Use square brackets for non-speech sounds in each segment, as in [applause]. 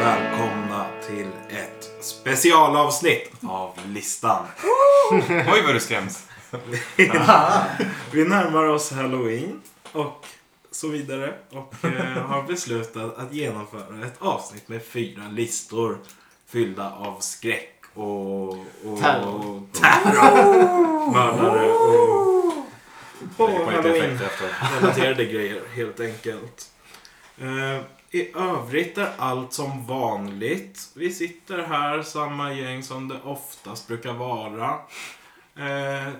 Välkomna till ett specialavsnitt av listan. Oj vad du skräms. Vi närmar oss halloween och så vidare. Och eh, har beslutat att genomföra ett avsnitt med fyra listor fyllda av skräck och, och Terror. terror. Mördare och, Det och kommer lite halloween effekter efter. relaterade grejer helt enkelt. Eh, I övrigt är allt som vanligt. Vi sitter här, samma gäng som det oftast brukar vara. Eh,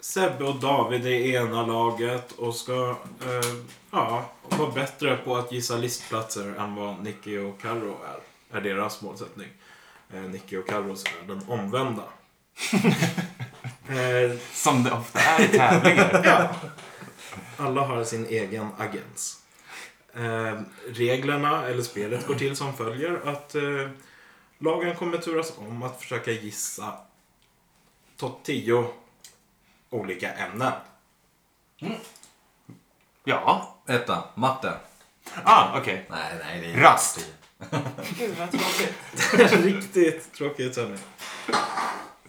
Sebbe och David är i ena laget och ska eh, ja, vara bättre på att gissa listplatser än vad Nicky och Carro är. Är deras målsättning. Eh, Nicky och Carros är den omvända. eh, Som det ofta är i tävlingar. Ja. Alla har sin egen agens. Eh, reglerna, eller spelet, går till som följer att eh, lagen kommer turas om att försöka gissa topp 10 olika ämnen. [laughs] Ja. Etta, matte. Ah, okej. Nej, nej, det Rast. Gud vad tråkigt. Riktigt tråkigt ämne.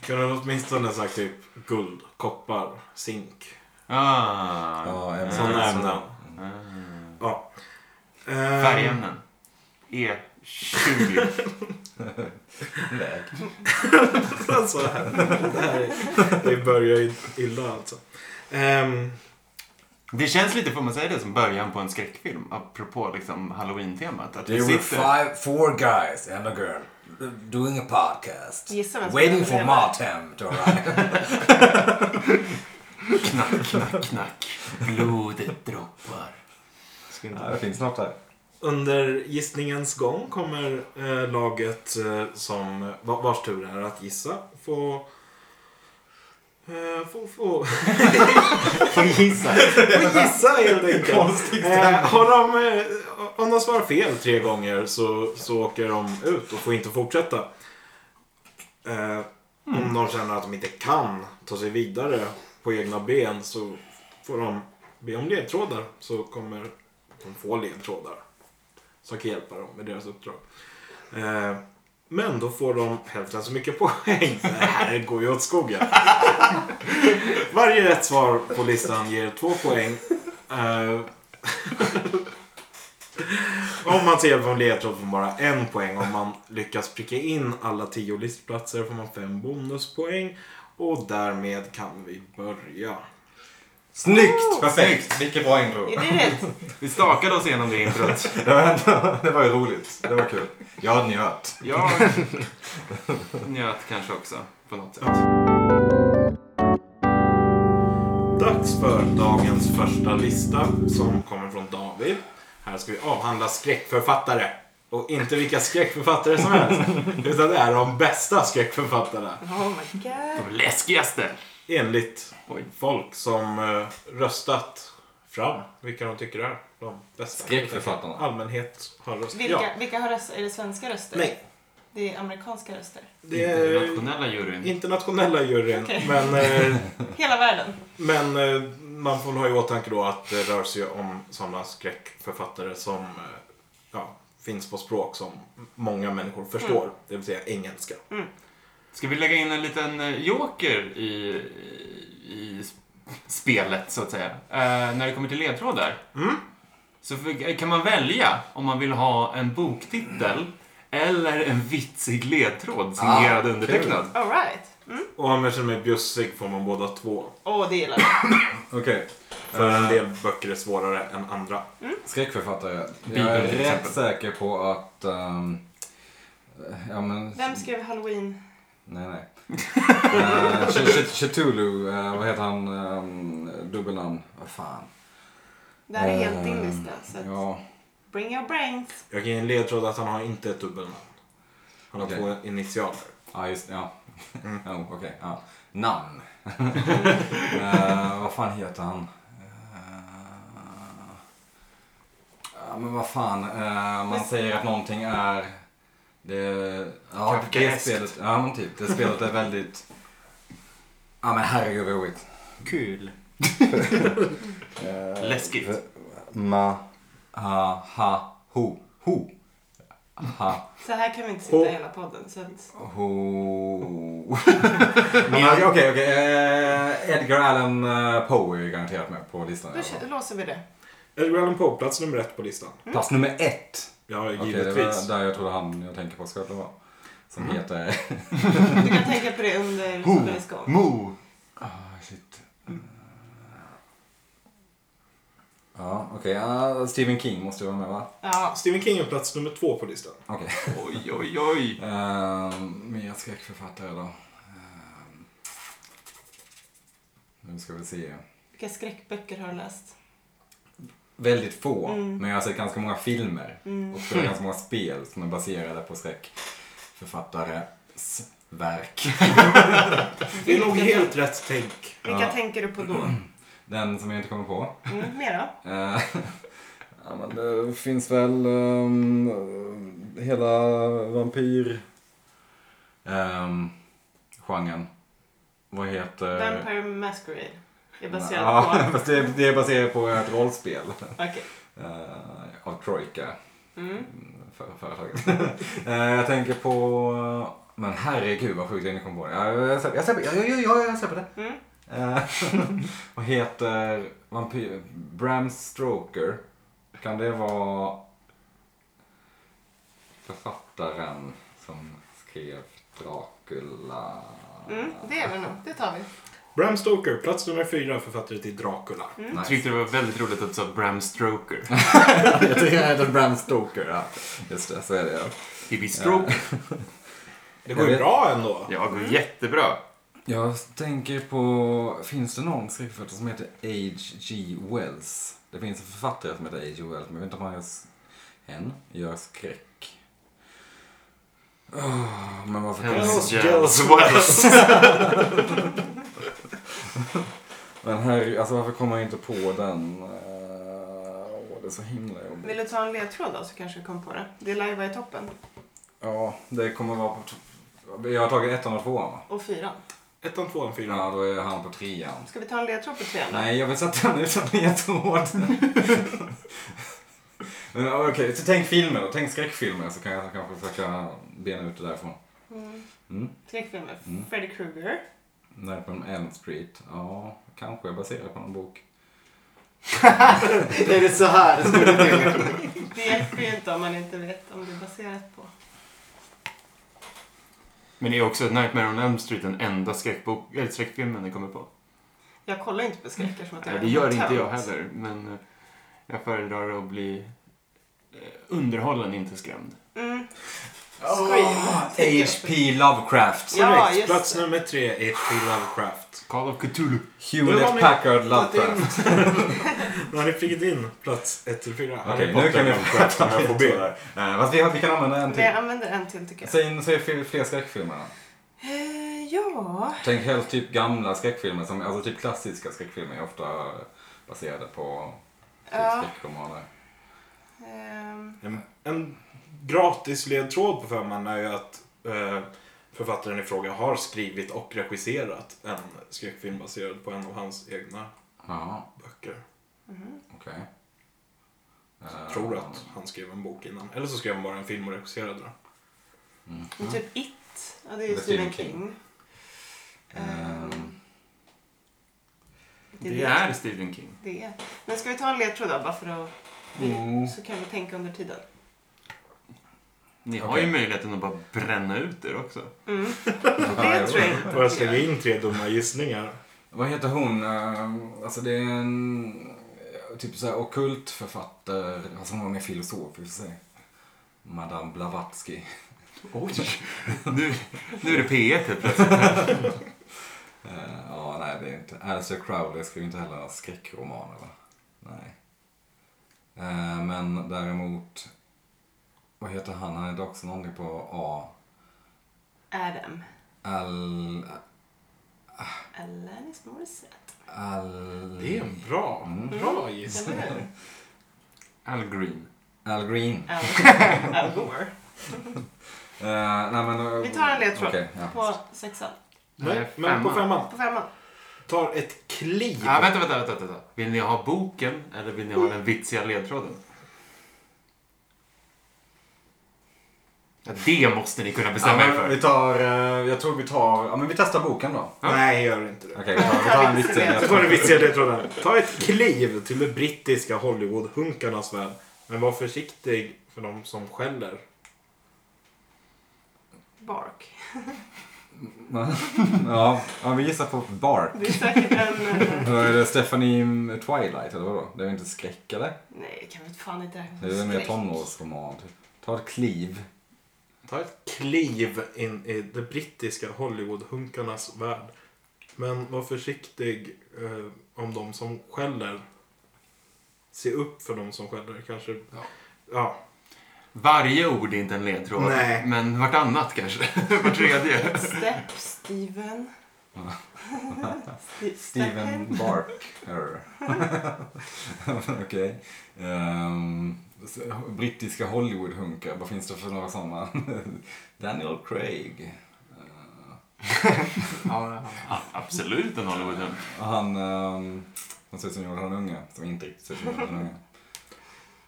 Kunde de åtminstone sagt typ guld, koppar, zink. Ah. Ja, ämnen. Sådana ämnen. Ah. Ja. Eh, Färgämnen. E E20. Väg. [laughs] alltså, det här, det, här, är- det börjar ju illa alltså. Ehm, Det känns lite, får man säga det, som början på en skräckfilm. Apropå liksom halloween-temat. Att vi There were sitter... five, four guys and a girl doing a podcast. Gissa vem som Waiting for överlever. Martin to [laughs] arrive. Knack, knack, knack. Blodet droppar. Ska inte... finns något där. Under gissningens gång kommer eh, laget eh, som va- vars tur är att gissa få... Eh, få, få, [laughs] Får gissa. få gissa helt [laughs] enkelt. Eh, har de, eh, om de svarar fel tre gånger så, så åker de ut och får inte fortsätta. Eh, Mm. Om de känner att de inte kan ta sig vidare på egna ben så får de be om ledtrådar så kommer de få ledtrådar som kan hjälpa dem med deras uppdrag. Eh, men då får de hälften så mycket poäng. Det här går ju åt [laughs] skogen. Varje rätt svar på listan ger två poäng. Eh, [laughs] om man ser på en ledtråd får man bara en poäng. Om man lyckas pricka in alla tio listplatser får man fem bonuspoäng. Och därmed kan vi börja. Snyggt! Perfekt! Vilket bra intro. Är det rätt? Vi stakade oss igenom det introt. Det var ju roligt. Det var kul. Jag njöt. Jag njöt kanske också. På något sätt. Dags för dagens första lista som kommer från David. Här ska vi avhandla skräckförfattare. Och inte vilka skräckförfattare som helst. Utan det är de bästa skräckförfattarna. [laughs] Oh my god. De läskigaste. Enligt Oj. folk som eh, röstat fram vilka de tycker är de bästa. Skräckförfattarna. Allmänhet har röstat. Vilka, Ja. vilka har röster? Är det svenska röster? Nej, Det är amerikanska röster. det är Internationella juryn. internationella juryn. Okej. Men, eh, Hela världen. men eh, man får ha i åtanke då att det rör sig om sådana skräckförfattare som eh, ja, finns på språk som många människor förstår. Det vill säga engelska. Ska vi lägga in en liten eh, joker i, i s- spelet, så att säga? Eh, när det kommer till ledtrådar. Mm. Så f- kan man välja om man vill ha en boktitel eller en vitsig ledtråd signerad Ah, undertecknad. Alright. Mm. Och om jag känner mig bjussig får man båda två. Åh, det gillar jag. Okej. För en del böcker är svårare än andra. Skräckförfattare. Bibeln, Jag är till rätt exempel. säker på att... ehm, ja, men... Vem skrev Halloween? Nej, nej. Eh, Ch- Ch- Cthulhu, eh, vad heter han, um, dubbelnamn? Vad fan. Det här är Eh, helt alltså. din lista. Så att Ja, bring your brains. Jag kan ge en ledtråd att han har inte ett dubbelnamn. Han har Okej. två initialer. ja just ja. Oh, Okej, [laughs] ja. Namn. [laughs] Eh, vad fan heter han? Eh, Ja, men vad fan. eh, man säger att någonting är... Det, ja, det Kafkaeskt. spelet, ja, men typ. Det spelet är väldigt... Ja, men herregud vad roligt. Kul. Läskigt. Ma, ha, ha, Ah, ho, ho. Aha. Så här kan vi inte sitta Och- hela podden. Så att, Ho... Men, Okej, okej. eh, Edgar Allan eh, Poe är ju garanterat med på listan. då kö- låser vi det. Edgar Allan Poe, plats nummer ett på listan. Plats nummer ett. Ja, Okej, det givetvis. var där jag trodde han jag tänker på skulle vara. Som heter... Du kan tänka på det under spelets gång. Mo. Ah, shit. Ja, okej. ah, Stephen King måste ju vara med va? Ja, Stephen King är plats nummer två på listan. Okej. Oj, oj, oj. Ehm, mer skräckförfattare då. Ehm, nu ska vi se. vilka skräckböcker har du läst? Väldigt få, Mm. men jag har sett ganska många filmer Mm. och spelat ganska många spel som är baserade på skräckförfattares verk. Det är nog helt rätt tänk. Vilka Ja. tänker du på då? [clears throat] Den som jag inte kommer på. Mm, mera? Eh, [laughs] ja, men det finns väl ehm, eh, hela vampyr... Um, genren. Vad heter... Vampire Masquerade. Är baserad Eh. Ja, på... [laughs] fast det, det är baserat på ett rollspel Okej. eh, av Troika, Mm. för, företaget. [laughs] Eh, jag tänker på... Men herregud vad sjukt jag inte kom på det. Ja, Jag släpper, jag släpper, jag, jag, jag, jag släpper det. Mm. Eh, [laughs] vad heter vampyr... Bram Stoker. Kan det vara författaren som skrev Dracula? Mm, det är det nog. Det tar vi. Bram Stoker, plats nummer fyra, författare till Dracula. Nice. Mm. Jag tyckte det var väldigt roligt att du sa Bram Stroker. [laughs] jag tycker jag heter Bram Stoker. Ja. Just det, så är det. Ja. Bibi Stroker. Det går ju Jag vet- bra ändå. Ja, går jättebra. Jag tänker på, finns det någon skräckförfattare som heter H.G. Wells? Det finns en författare som heter H.G. Wells, men jag vet inte om han gör, s- hen gör skräck. Åh, men varför kan jag... Hells Hells Angels Angels [laughs] Wells. Men herre, alltså varför kommer jag inte på den? Eh, Åh, det är så himla jobbigt. Vill du ta en ledtråd då så kanske vi kommer på det. Det lär ju vara i toppen. Ja, det kommer vara på... t- Jag har tagit ettan och tvåan va? Och fyran. Ettan, tvåan, fyran. Ja, då är han på trean. Ska vi ta en ledtråd på trean då? Nej, jag vill sätta den utan ledtråd. [laughs] Men ja, okej, så tänk filmer då. Tänk skräckfilmer så kan jag kanske försöka bena ut det därifrån. Mm. Mm. Skräckfilmer. Mm. Freddy Krueger. När på Elm Street. Ja, kanske baserat på någon bok. [laughs] Är det så här? Det hjälper ju inte om man inte vet om det är baserat på. Men det är också Nightmare on Elm Street den enda skräckbok, eller skräckfilmen jag kommer på. Jag kollar inte på skräck eftersom att Nej, jag det är gör inte jag tönt. heller, men eh, jag föredrar att bli eh, underhållen, inte skrämd. Mm. H.P. Lovecraft. Ja, Korrekt. just Plats det. nummer tre, H.P. Lovecraft. Call of Cthulhu. Nu har Hewlett ni Packard tagit in- Lovecraft. [laughs] Nu har ni prickat in plats ett till fyra. Okej, Harry nu Potter, kan vi Lovecraft, om jag får be. Eh, Fast vi, har- vi kan använda en Vi till. använder en till tycker jag. Säg, säg fler, fler skräckfilmer då. Eh, ja. Tänk helst typ gamla skräckfilmer, som, alltså typ klassiska skräckfilmer är ofta baserade på typ Ja. skräckromaner. Ehm, En, en gratis ledtråd på femman är ju att eh, författaren i fråga har skrivit och regisserat en skräckfilm baserad på en av hans egna Ja, böcker. okej. Eh, Tror att han skrev en bok innan. Eller så skrev han bara en film och regisserade den. mm. men typ It. Ja, det är ju Med Stephen Stephen King. King. Mm. Ehm, Det är Stephen King. Det är. Men ska vi ta en ledtråd då bara för att vi, Mm. så kan vi tänka under tiden. Ni har Okej. ju möjligheten att bara bränna ut er också. Mm. ja, Det tror jag Får jag inte. slänga in tre dumma gissningar? Vad heter hon? Eh, Alltså det är en eh, typ såhär ockult författare. Alltså hon är filosof i och för sig. Madame Blavatsky. Oj! [laughs] Nu, nu är det P1 helt plötsligt. Eh, Ja, nej det är inte. Alistair Crowley skriver inte heller några skräckromaner va? Nej. Eh, Men däremot. Vad heter han? Han heter också någonting på A. Adam. Al... Alanis Morissette. Al... Det är Mm. en bra, bra Mm. gissning. Eller hur? Al Green. Al Green. Al, [laughs] Al Gore. Eh, nej, men, eh, Vi tar en ledtråd okej, ja. på sexan. Men, men på femman. På femman. Tar ett kliv. Ja, vänta, vänta, vänta, vänta. Vill ni ha boken eller vill ni ha den vitsiga ledtråden? Det måste ni kunna Ja, bestämma er men vi för. tar, eh, jag tror vi tar, ja men vi testar boken då. Ja. Nej, gör inte det. Okej, vi tar, vi tar en liten. Det var den vitsiga ledtråden. Ta ett kliv till de brittiska Hollywood-hunkarnas värld. Men var försiktig för de som skäller. Bark. [laughs] Ja, ja, vi gissar på Bark. Det är säkert en... eh, [laughs] Då är det Stephanie Twilight eller vadå? Det är väl inte skräck eller? Nej, det kan vi inte fan inte räkna Det är väl som mer skräck. tonårsroman typ. Ta ett kliv. Ta ett kliv in i de brittiska Hollywood-hunkarnas värld. Men var försiktig eh, om de som skäller. Se upp för de som skäller. Kanske... Ja. ja. Varje ord är inte en ledtråd. Nej. Men vartannat kanske. [laughs] Var tredje. Step, Steven. [laughs] Ste- Steven Barker. [laughs] Okej. Ehm, s- brittiska Hollywood-hunkar, vad finns det för några sådana? [laughs] Daniel Craig. Eh, Ja, absolut en Hollywoodhund. och han, um, han ser ut som Jonathan Unge, som inte riktigt ser ut som Jonathan Unge.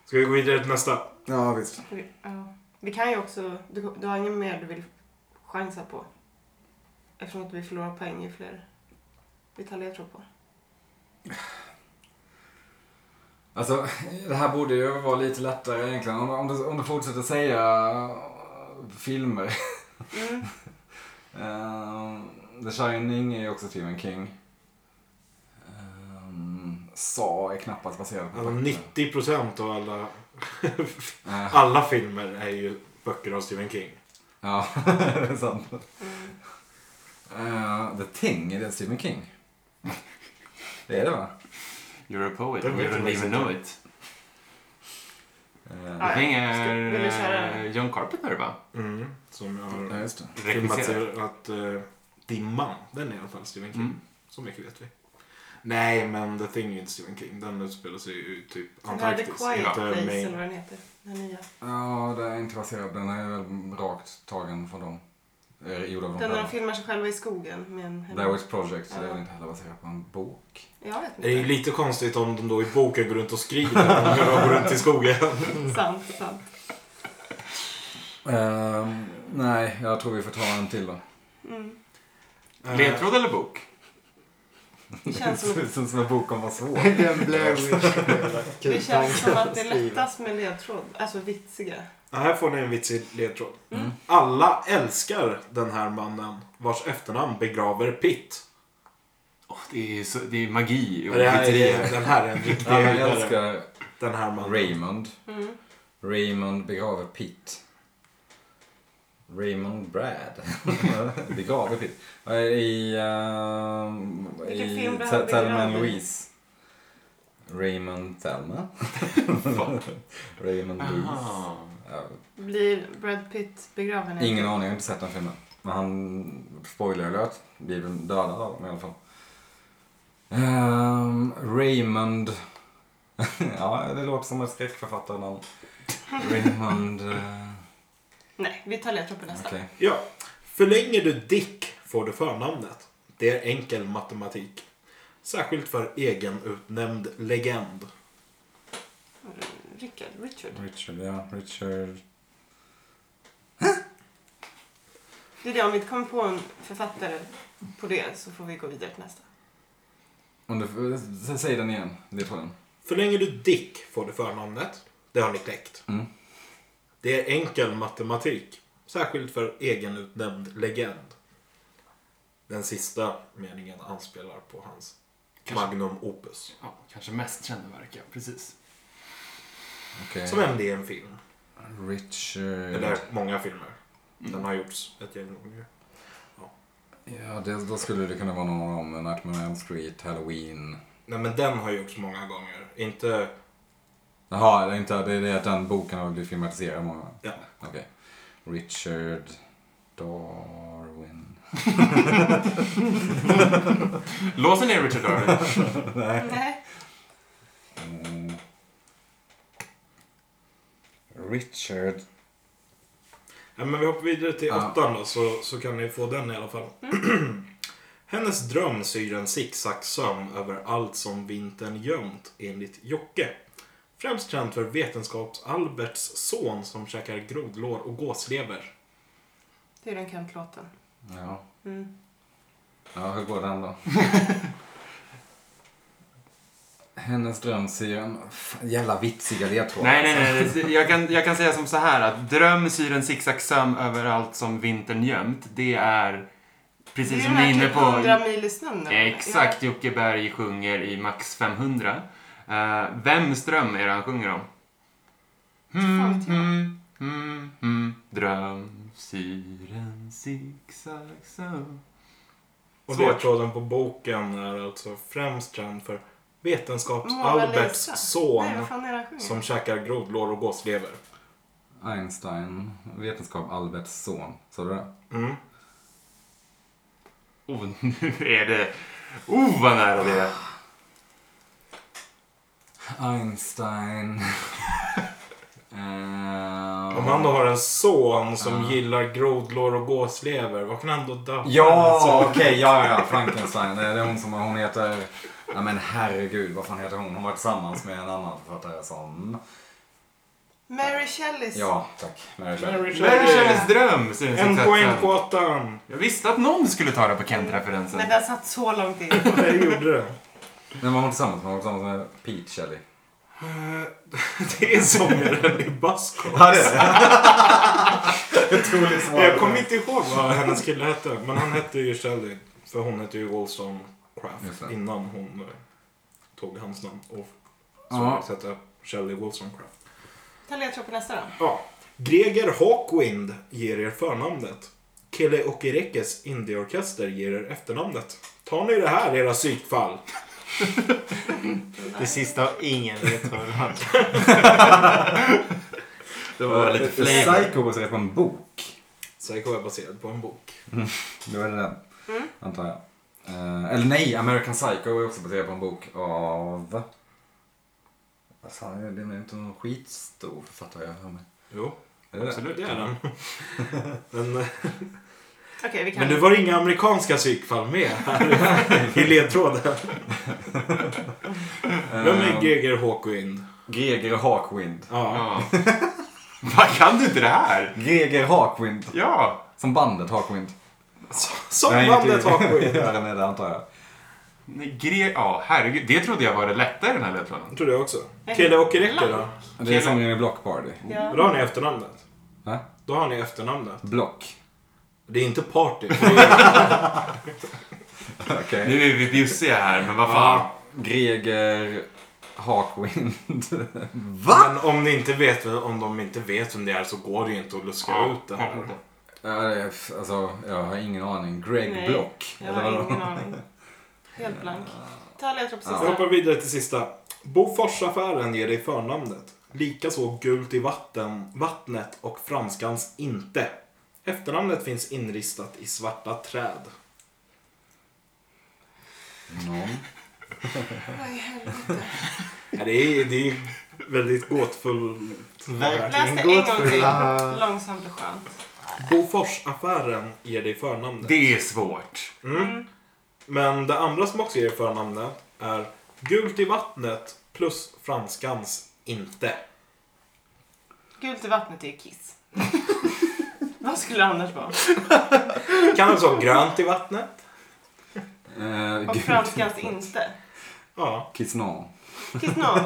Ska vi gå vidare till nästa? Ja, visst. Vi- ja. Vi kan ju också... Du, du har ingen mer du vill chansa på? Eftersom att vi förlorar poäng ju fler vi tar ledtråd på. Alltså, det här borde ju vara lite lättare egentligen. Om, om, du, om du fortsätter säga eh, filmer. Mm. Ehm, The Shining är ju också Stephen King. Um, Sa är knappast baserad på Alltså, böcker. 90% av alla, Eh, alla filmer är ju böcker av Stephen King. Ja, [laughs] det är sant. Mm. Eh, The Thing, är det Stephen King? [laughs] Det är det va? You're a poet. Den We vet jag don't even faktiskt know it. Uh, Ja, Det Ska- är vill du köra? eh, John Carpenter va? Mm. Som jag Eh, ja, har just det. Regisserat. filmatiserat. eh, Dimman, den är i alla fall Stephen King. Mm. Så mycket vet vi. Nej, men The Thing är inte Stephen King. Den utspelar sig ju typ Den här The Antarktis. Quiet inte Place Maine. eller vad den heter. Den nya. Ja, det är inte baserad. Den är väl rakt tagen från dem. Eh, gjord av dem Den när själva. de filmar sig själva i skogen med en... The Witch Project, det är Ja. väl inte heller baserat på en bok. Jag vet Det är ju inte. lite konstigt om de då i boken går runt och skriver när de går runt i skogen. Sant, sant. Ehm, nej, jag tror vi får ta en till då. Mm. Eh. Ledtråd eller bok? Det [laughs] känns som, ut som en bok om vad [laughs] svår. Den Blair Witch det känns som att det är lättast med ledtråd. Alltså vitsiga. Ja, här får ni en vitsig ledtråd. Mm. Alla älskar den här mannen vars efternamn begraver Pitt. Åh, det, är så, det är magi i Det här ordvitserier. är, den här är en riktig Alla höjdare. älskar Den här mannen. Raymond. Mm. Raymond begraver Pitt. Raymond [laughs] Brad. begraver Pitt. Eh, I... ehm, Vilken film i det här Th- Thelma begraver? Louise. Raymond Thelma. [laughs] Raymond Louise. Aha. Ja, Blir Brad Pitt begraven? i- Ingen aning, jag har inte sett den filmen. Men han, spoiler alert, blir väl dödad av dem i alla fall. Ehm, Raymond... [laughs] ja, det låter som ett skräckförfattarnamn. Raymond... eh, Nej, vi tar ledtråd på nästa. Okej. Ja. Förlänger du Dick får du förnamnet. Det är enkel matematik. Särskilt för egenutnämnd legend. Rickard, Richard. Richard, ja. Richard... Det är det, om vi inte kommer på en författare på det så får vi gå vidare till nästa. Om du, sä- säg den igen, det tror jag. Förlänger du Dick får du förnamnet. Det har ni kläckt. Mm. Det är enkel matematik. Särskilt för egenutnämnd legend. Den sista meningen anspelar på hans Kanske. magnum opus. Ja, kanske mest kända verk, ja. Precis. Okej. Som ändå är en film. Eller Richard... många filmer. Den har gjorts ett gäng gånger. Ja, det, då skulle det kunna vara någon om Nightmare on Elm Street, Halloween. Nej men den har gjorts många gånger. Inte... Jaha, det är inte det, är det att den boken har blivit filmatiserad många gånger? Ja. Okej. Richard Darwin. Låser ner Richard Darwin. Nej. Mm. Richard... Ja, men vi hoppar vidare till Ja. åttan då, så, så kan ni få den i alla fall. Mm. [clears throat] Hennes dröm syr en zigzagsömn över allt som vintern gömt, enligt Jocke. Främst känd för Vetenskaps-Alberts son som käkar grodlår och gåslever. Det är den Kent-låten. Ja. Mm. Ja, hur [laughs] går den då? Hennes dröm säger en... Fan, Jävla vitsiga ledtrådar. Nej, nej, nej. det- Jag kan, jag kan säga som så här att dröm, syren, zigzag, söm överallt som vintern gömt. Det är Det precis är som den ni är här inne typ på. 100 mil i snön. eller? Exakt, Jocke Berg sjunger i Max 500. Uh, vems dröm är det han sjunger om? Fan vet jag. mm, mm, mm. Dröm, syren, zigzag, söm. Och Svårt. ledtråden på boken är alltså främst känd för Mona Vetenskaps-Alberts Lisa. son Nej, vad fan är det han sjunger? som käkar grodlår och gåslever. Einstein, vetenskap Alberts son. Sa du det? Mm. Oh, nu är det... Oh, vad nära det är. Einstein. [laughs] Ehm, Om han då har en son som Ja. gillar grodlår och gåslever, vad kan han då döpa Alltså, Ja, en son? okej, ja, ja, Frankenstein. Det är det hon som hon heter... Nej men herregud, vad fan heter hon? Hon var tillsammans med en annan författare som... Mary Shelleys. Ja, tack. Mary Shelley. Mary Mary Shelley. Shelleys dröm, syren, En zigzag, poäng söm. på åttan. Jag visste att någon skulle ta det på Kent-referensen. Men den satt så långt in. Det gjorde det. Men var hon tillsammans med? Hon var tillsammans med Pete Shelley. Eh, [laughs] Det är sångaren i Buzzcocks. Ja, det är det. [laughs] Otroligt svar. Jag kommer inte ihåg vad hennes kille hette, men han hette ju Shelley. För hon hette ju Wollstone Just Craft det. innan hon eh, tog hans namn. Och Ja. så hette Shelley Wollstone Craft. Ta ledtråd på nästa då. Ja. Greger Hawkwind ger er förnamnet. Kelle Okerekes indieorkester ger er efternamnet. Tar ni det här, era psykfall? Det sista har ingen ledtråd. Det var lite flavor. Psycho baserat på en bok. Psycho är baserad på en bok. Då är det den, Mm. antar jag. Eh, eller nej, American Psycho är också baserat på en bok av... Vad fan, är det? det är inte någon skitstor författare jag har för mig. Jo, Är det det? Absolut. det är [laughs] den. Men, eh, Okej, vi kan. men det var inga amerikanska psykfall med här i ledtråden. Vem Eh. är Greger Hawkwind? Greger Hawkwind. Ja. Ja. Vad kan du inte det här? Greger Hawkwind. Ja. Som bandet Hawkwind. Som Nej, bandet inte- [laughs] Hawkwind. Göran är det antar jag. Nej, Gre- ja, herregud. Det trodde jag var det lätta i den här ledtråden. Jag tror det också. Kille och Rekke då? Det är sången i Block Party. Ja. Då har ni efternamnet. Va? Då har ni efternamnet. Block. Det är inte party. Det är... Okej. Nu är vi bjussiga här, men vad fan. Greger Hawkwind. [laughs] Men om ni inte vet, om de inte vet vem det är så går det ju inte att luska ut det här. Ja, det är f- alltså, jag har ingen aning. Greg Nej. Block. Jag eller har vadå? ingen aning. Helt blank. Ta ledtråd på Vi sista. hoppar vidare till sista. Boforsaffären ger dig förnamnet. Likaså gult i vatten, vattnet och franskans inte. Efternamnet finns inristat i svarta träd. Någon. Vad i helvete? Ja, Det är, det är väldigt gåtfullt. Läs det en gång till. Långsamt och skönt. Boforsaffären ger dig förnamnet. Det är svårt. Mm. Men det andra som också ger förnamnet är Gult i vattnet plus franskans inte. Gult i vattnet är ju kiss. [laughs] Vad skulle det annars vara? Kan också vara grönt i vattnet. Eh, Och gud. franskans inte. Ja. Kiss No. Kiss någon.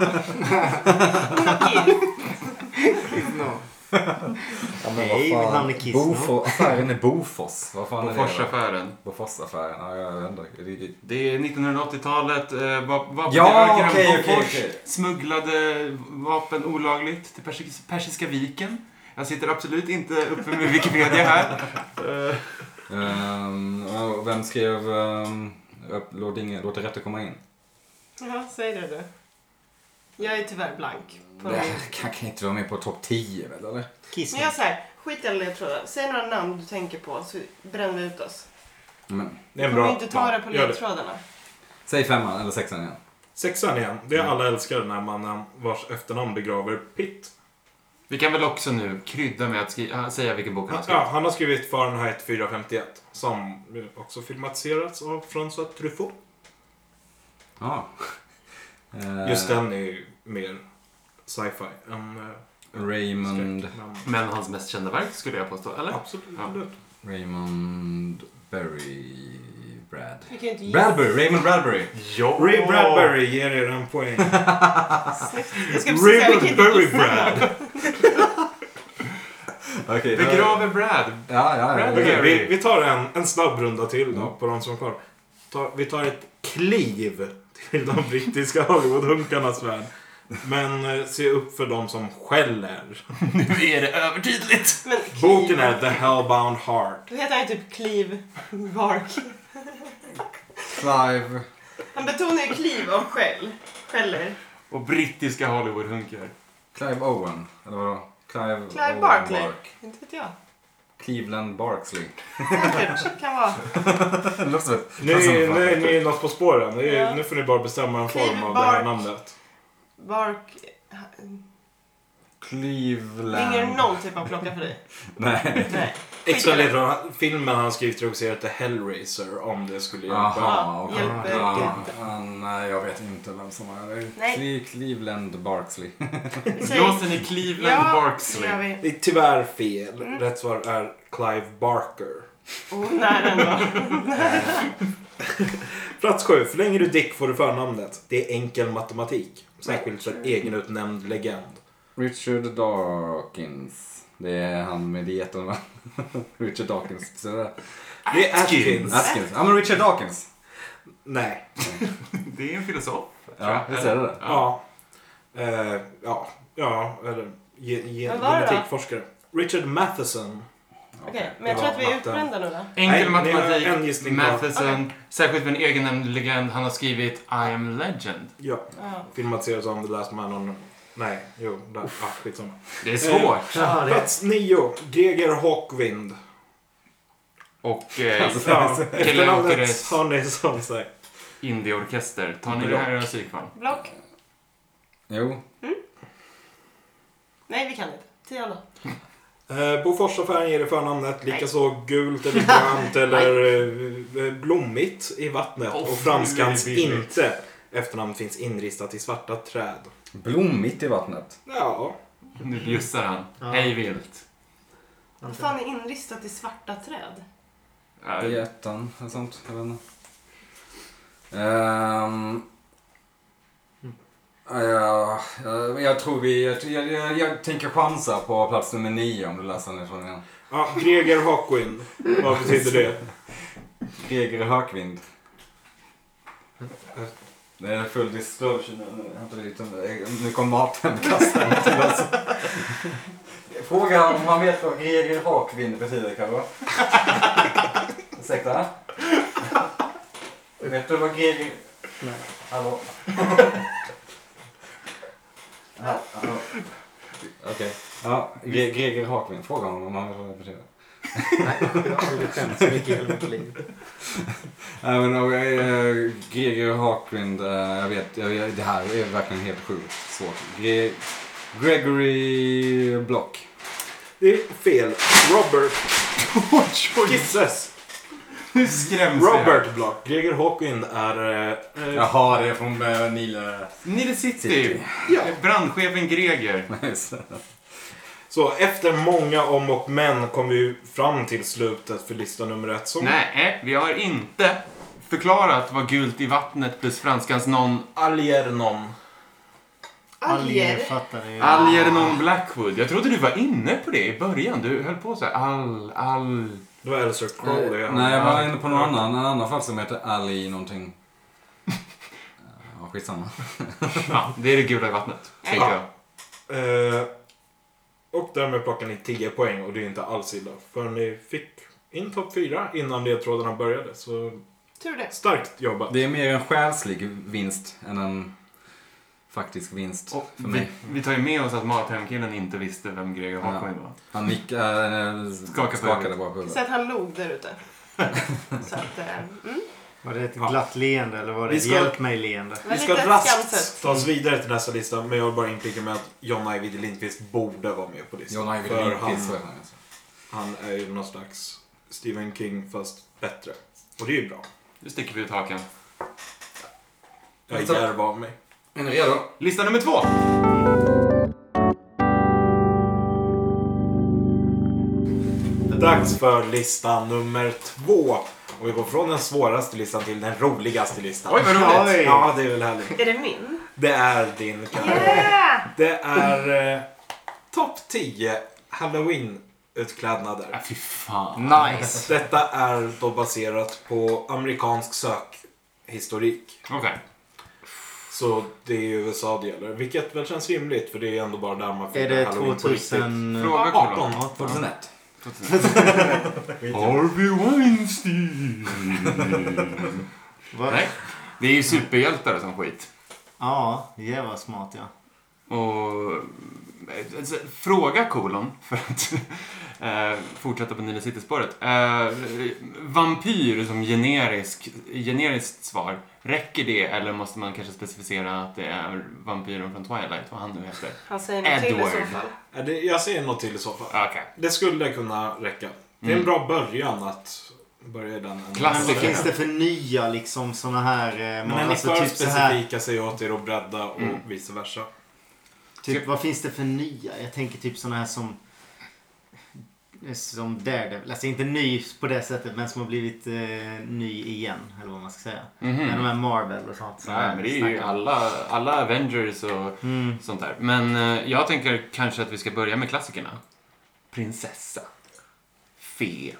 Kiss. No. Ja, men vad Nej, fan. mitt namn är Kiss No. Bofors. [laughs] Affären är Bofors. Vad fan är det? då? Boforsaffären. Boforsaffären. Ja, jag vet inte. Det är- Det är 1980-talet. Eh, va- va- Ja, Abraham okej, Bofors okej, okej. smugglade vapen olagligt till Persis- Persiska viken. Jag sitter absolut inte uppe med Wikipedia här. Eh, Ehm, och vem skrev ehm, upp- Låt, ingen, låt det rätta komma in? Ja, säg det du. Jag är tyvärr blank. På Det min. här kan, kan inte vara med på topp 10 väl eller? Kiss Men jag säger, skit i alla ledtrådar. Säg några namn du tänker på så bränner vi ut oss. Men, Det är en Om vi bra inte tar det på plan. Gör det. ledtrådarna. säg femman eller sexan igen. Sexan igen. Det är alla älskar den här mannen vars efternamn begraver Pitt. Vi kan väl också nu krydda med att skri- säga vilken bok han har skrivit. Ja, han har skrivit Fahrenheit 451 som också filmatiserats av François Truffaut. Ja. Ehm, Eh, Eh. Just den är ju mer sci-fi än eh, Raymond, skräck. Men, Men hans mest kända verk skulle jag påstå, eller? absolut. Ja. Raymond Berry... Brad. Vi kan ju inte gissa. Bradbury! Raymond Bradbury! Ja! Ray Bradbury ger er en poäng. Snyggt. Jag ska precis säga, vi kan inte gissa. Okej. ja, Begraver Brad. ja, ja. Bradbury. Okej, vi, vi tar en, en snabb runda till då, Ja. på de som är kvar. Ta, vi tar ett kliv till de brittiska [laughs] Hollywoodhunkarnas värld. Men eh, se upp för de som skäller. Nu är det övertydligt. Men kliv. Boken är The Hellbound Heart. Då heter han ju typ Clive Bark. Clive. Han betonar ju kliv och skäll. Skäller. Och brittiska Hollywoodhunkar. Clive Owen. Eller vadå? Clive, Clive Owen Barkley. Bark. Inte vet jag. Cleveland Barksley. Säkert. Kan vara. [laughs] Det låter som ett- Nu är nu är ni något på spåren. Nu, Ja. är, nu får ni bara bestämma en form av det Clive här Bark. namnet. Bark. Cleveland. Ringer någon typ av klocka för dig? Nej. Nej. Extra ledare, filmen han skrivit regisserat är Hellraiser om det skulle hjälpa. Jaha, okej. hjälper Ja, inte. ah, nej, jag vet inte vem som är det. Nej. Cle- Cleveland Barksley. Vi säger- Blåsen i Cleveland Barksley. Ja, det gör vi. Det är tyvärr fel. Rätt svar är Clive Barker. Oh, nära ändå. [laughs] Plats 7. Förlänger du Dick får du förnamnet. Det är enkel matematik. Särskilt för egenutnämnd legend. [laughs] Richard Dawkins. Det är han med dieten va? [laughs] Richard Dawkins. Så det är- Det är Atkins. Atkins. Atkins. Ja men Richard Dawkins. Nej. Det är en filosof. Ja, visst är det det? Ja. Eh, ja. Ja, eller ge, ge, Vad var det då? genetikforskare. Richard Matheson. Okej, men jag tror att vi är utbrända nu då. Nej, Enkel ni har matematik. en gissning kvar. Matheson. Särskilt för en egennämnd legend. Han har skrivit I am legend. Ja. Ja. Filmatiseras om The Last Man on... Nej, jo. Där. Ah, skitsamma. Det är svårt. Ja, det, Plats 9. Greger Hawkwind. Och eh, Ja, efternamnet Ankeres. har ni som sagt. indieorkester. Tar ni det här i musikvan? Block? Jo. Nej, vi kan inte. Tio alla. Eh, Boforsaffären ger det förnamnet, likaså gult eller grönt eller eh, blommigt i vattnet Åh, och franskans fy, det är billigt. inte. Efternamnet finns inristat i svarta träd. Blom mitt i vattnet. Ja, Nu bjussar han. Ja. Hej vilt. Vad fan är inristat i svarta träd? Ja, [laughs] I ettan eller sånt. Jag vet inte. Ehm. Ja, jag, jag tror vi... Jag, jag, jag, jag tänker chansa på plats nummer nio om du läser den ifrån igen. ja Greger Hawkwind. Vad betyder det? Greger Hökvind. Det är full disclosure nu. Jag har inte riktigt- Nu kom mathemkastaren till oss. Fråga om man vet vad Greger Hökvind betyder kanske? Ursäkta? Vet du vad Greger... Nej. Hallå? Ha- hallå? Okej. Ja, Gre- Greger Hökvind. Fråga honom om han vet vad det betyder. nej, jag har aldrig skämt så mycket i hela mitt liv. Nej men och, eh, Greger Hawkwind, eh, jag vet, jag, vet- det här är verkligen helt sjukt svårt. Gre- Gregory Block. Det är fel. Robert Kisses. Hur skräms Robert Block. Greger Hawkwind är... eh, eh, Jaha, det är från eh, Nile. Nile City. City. Ja. Brandchefen Greger. Så efter många om och men kom vi ju fram till slutet för lista nummer ett. Som Nej, vi har inte förklarat vad gult i vattnet plus franskans non Algernon. Alger Alger? fattar ni. alger non blackwood. Jag trodde du var inne på det i början. Du höll på så här all, all... Det var Alistair Crowley. han- Eh, Nej, jag var inne på någon annan, en annan fall som heter Ali någonting. Eh, Ja, skitsamma. Ja, det är det gula i [laughs] vattnet. Tänker jag. Eh, och därmed plockar ni 10 poäng och det är inte alls illa. För ni fick in topp 4 innan ledtrådarna började. Så Tur det. starkt jobbat. Det är mer en själslig vinst än en faktisk vinst Och för mig. vi, vi tar ju med oss att Mathemkillen inte visste vem Greger Hawkwind var. Han nickade, eh, Skaka på skakade huvudet. bara på Så huvudet. att han log där ute. Så att, eh, mm. Var det ett glatt leende eller var det Vi ett ska- hjälp mig-leende? Det var Vi ska lite raskt skamset. ta oss vidare till nästa lista. Men jag vill bara inpicka med att John Ajvide Lindqvist borde vara med på listan. John Ajvide För Lindqvist var han, han alltså. han är ju någon slags Stephen King fast bättre. Och det är ju bra. Nu sticker vi ut hakan. Jag är Alltså- djärv av mig. Är ni redo? Lista nummer två. Dags för lista nummer två. Och vi går från den svåraste listan till den roligaste listan. Oj, vad roligt! Oj. Ja, det är väl härligt. Är det min? Det är din kanal. Yeah! Det är eh, topp 10 halloween-utklädnader. Ja, fy fan. Nice. Detta är då baserat på amerikansk sökhistorik. Okej. Så det är i USA det gäller. Vilket väl känns rimligt för det är ändå bara där man Är firar det halloween på riktigt. 2000... Fråga kolla. 18. 2001. [laughs] Harvey [laughs] Weinstein. Vad- Nej, det är ju superhjältar som skit. Ja, det var smart ja. Och... Alltså, fråga kolon, för att [laughs] eh, fortsätta på Nina City-spåret. Eh, vampyr som generisk, generiskt svar, räcker det eller måste man kanske specificera att det är vampyren från Twilight, vad han nu heter? Han säger något till i Edward. så fall. Ja, det- Jag säger något till i så fall. Okej. Det skulle kunna räcka. Det Mm. är en bra början att börja i den änden. Men vad Klassiker. finns det för nya liksom såna här... eh, Men är ni alltså, för typ så här, specifika säger jag åt er att bredda och Mm. vice versa. typ, vad finns det för nya? Jag tänker typ såna här som... Som Daredevil. Alltså inte ny på det sättet men som har blivit eh, ny igen. Eller vad man ska säga. Mhm. Men de här Marvel och sånt. som Nej, men det är ju snackar om. alla, alla Avengers och Mm. sånt där. Men eh, jag tänker kanske att vi ska börja med klassikerna. Prinsessa. Fe.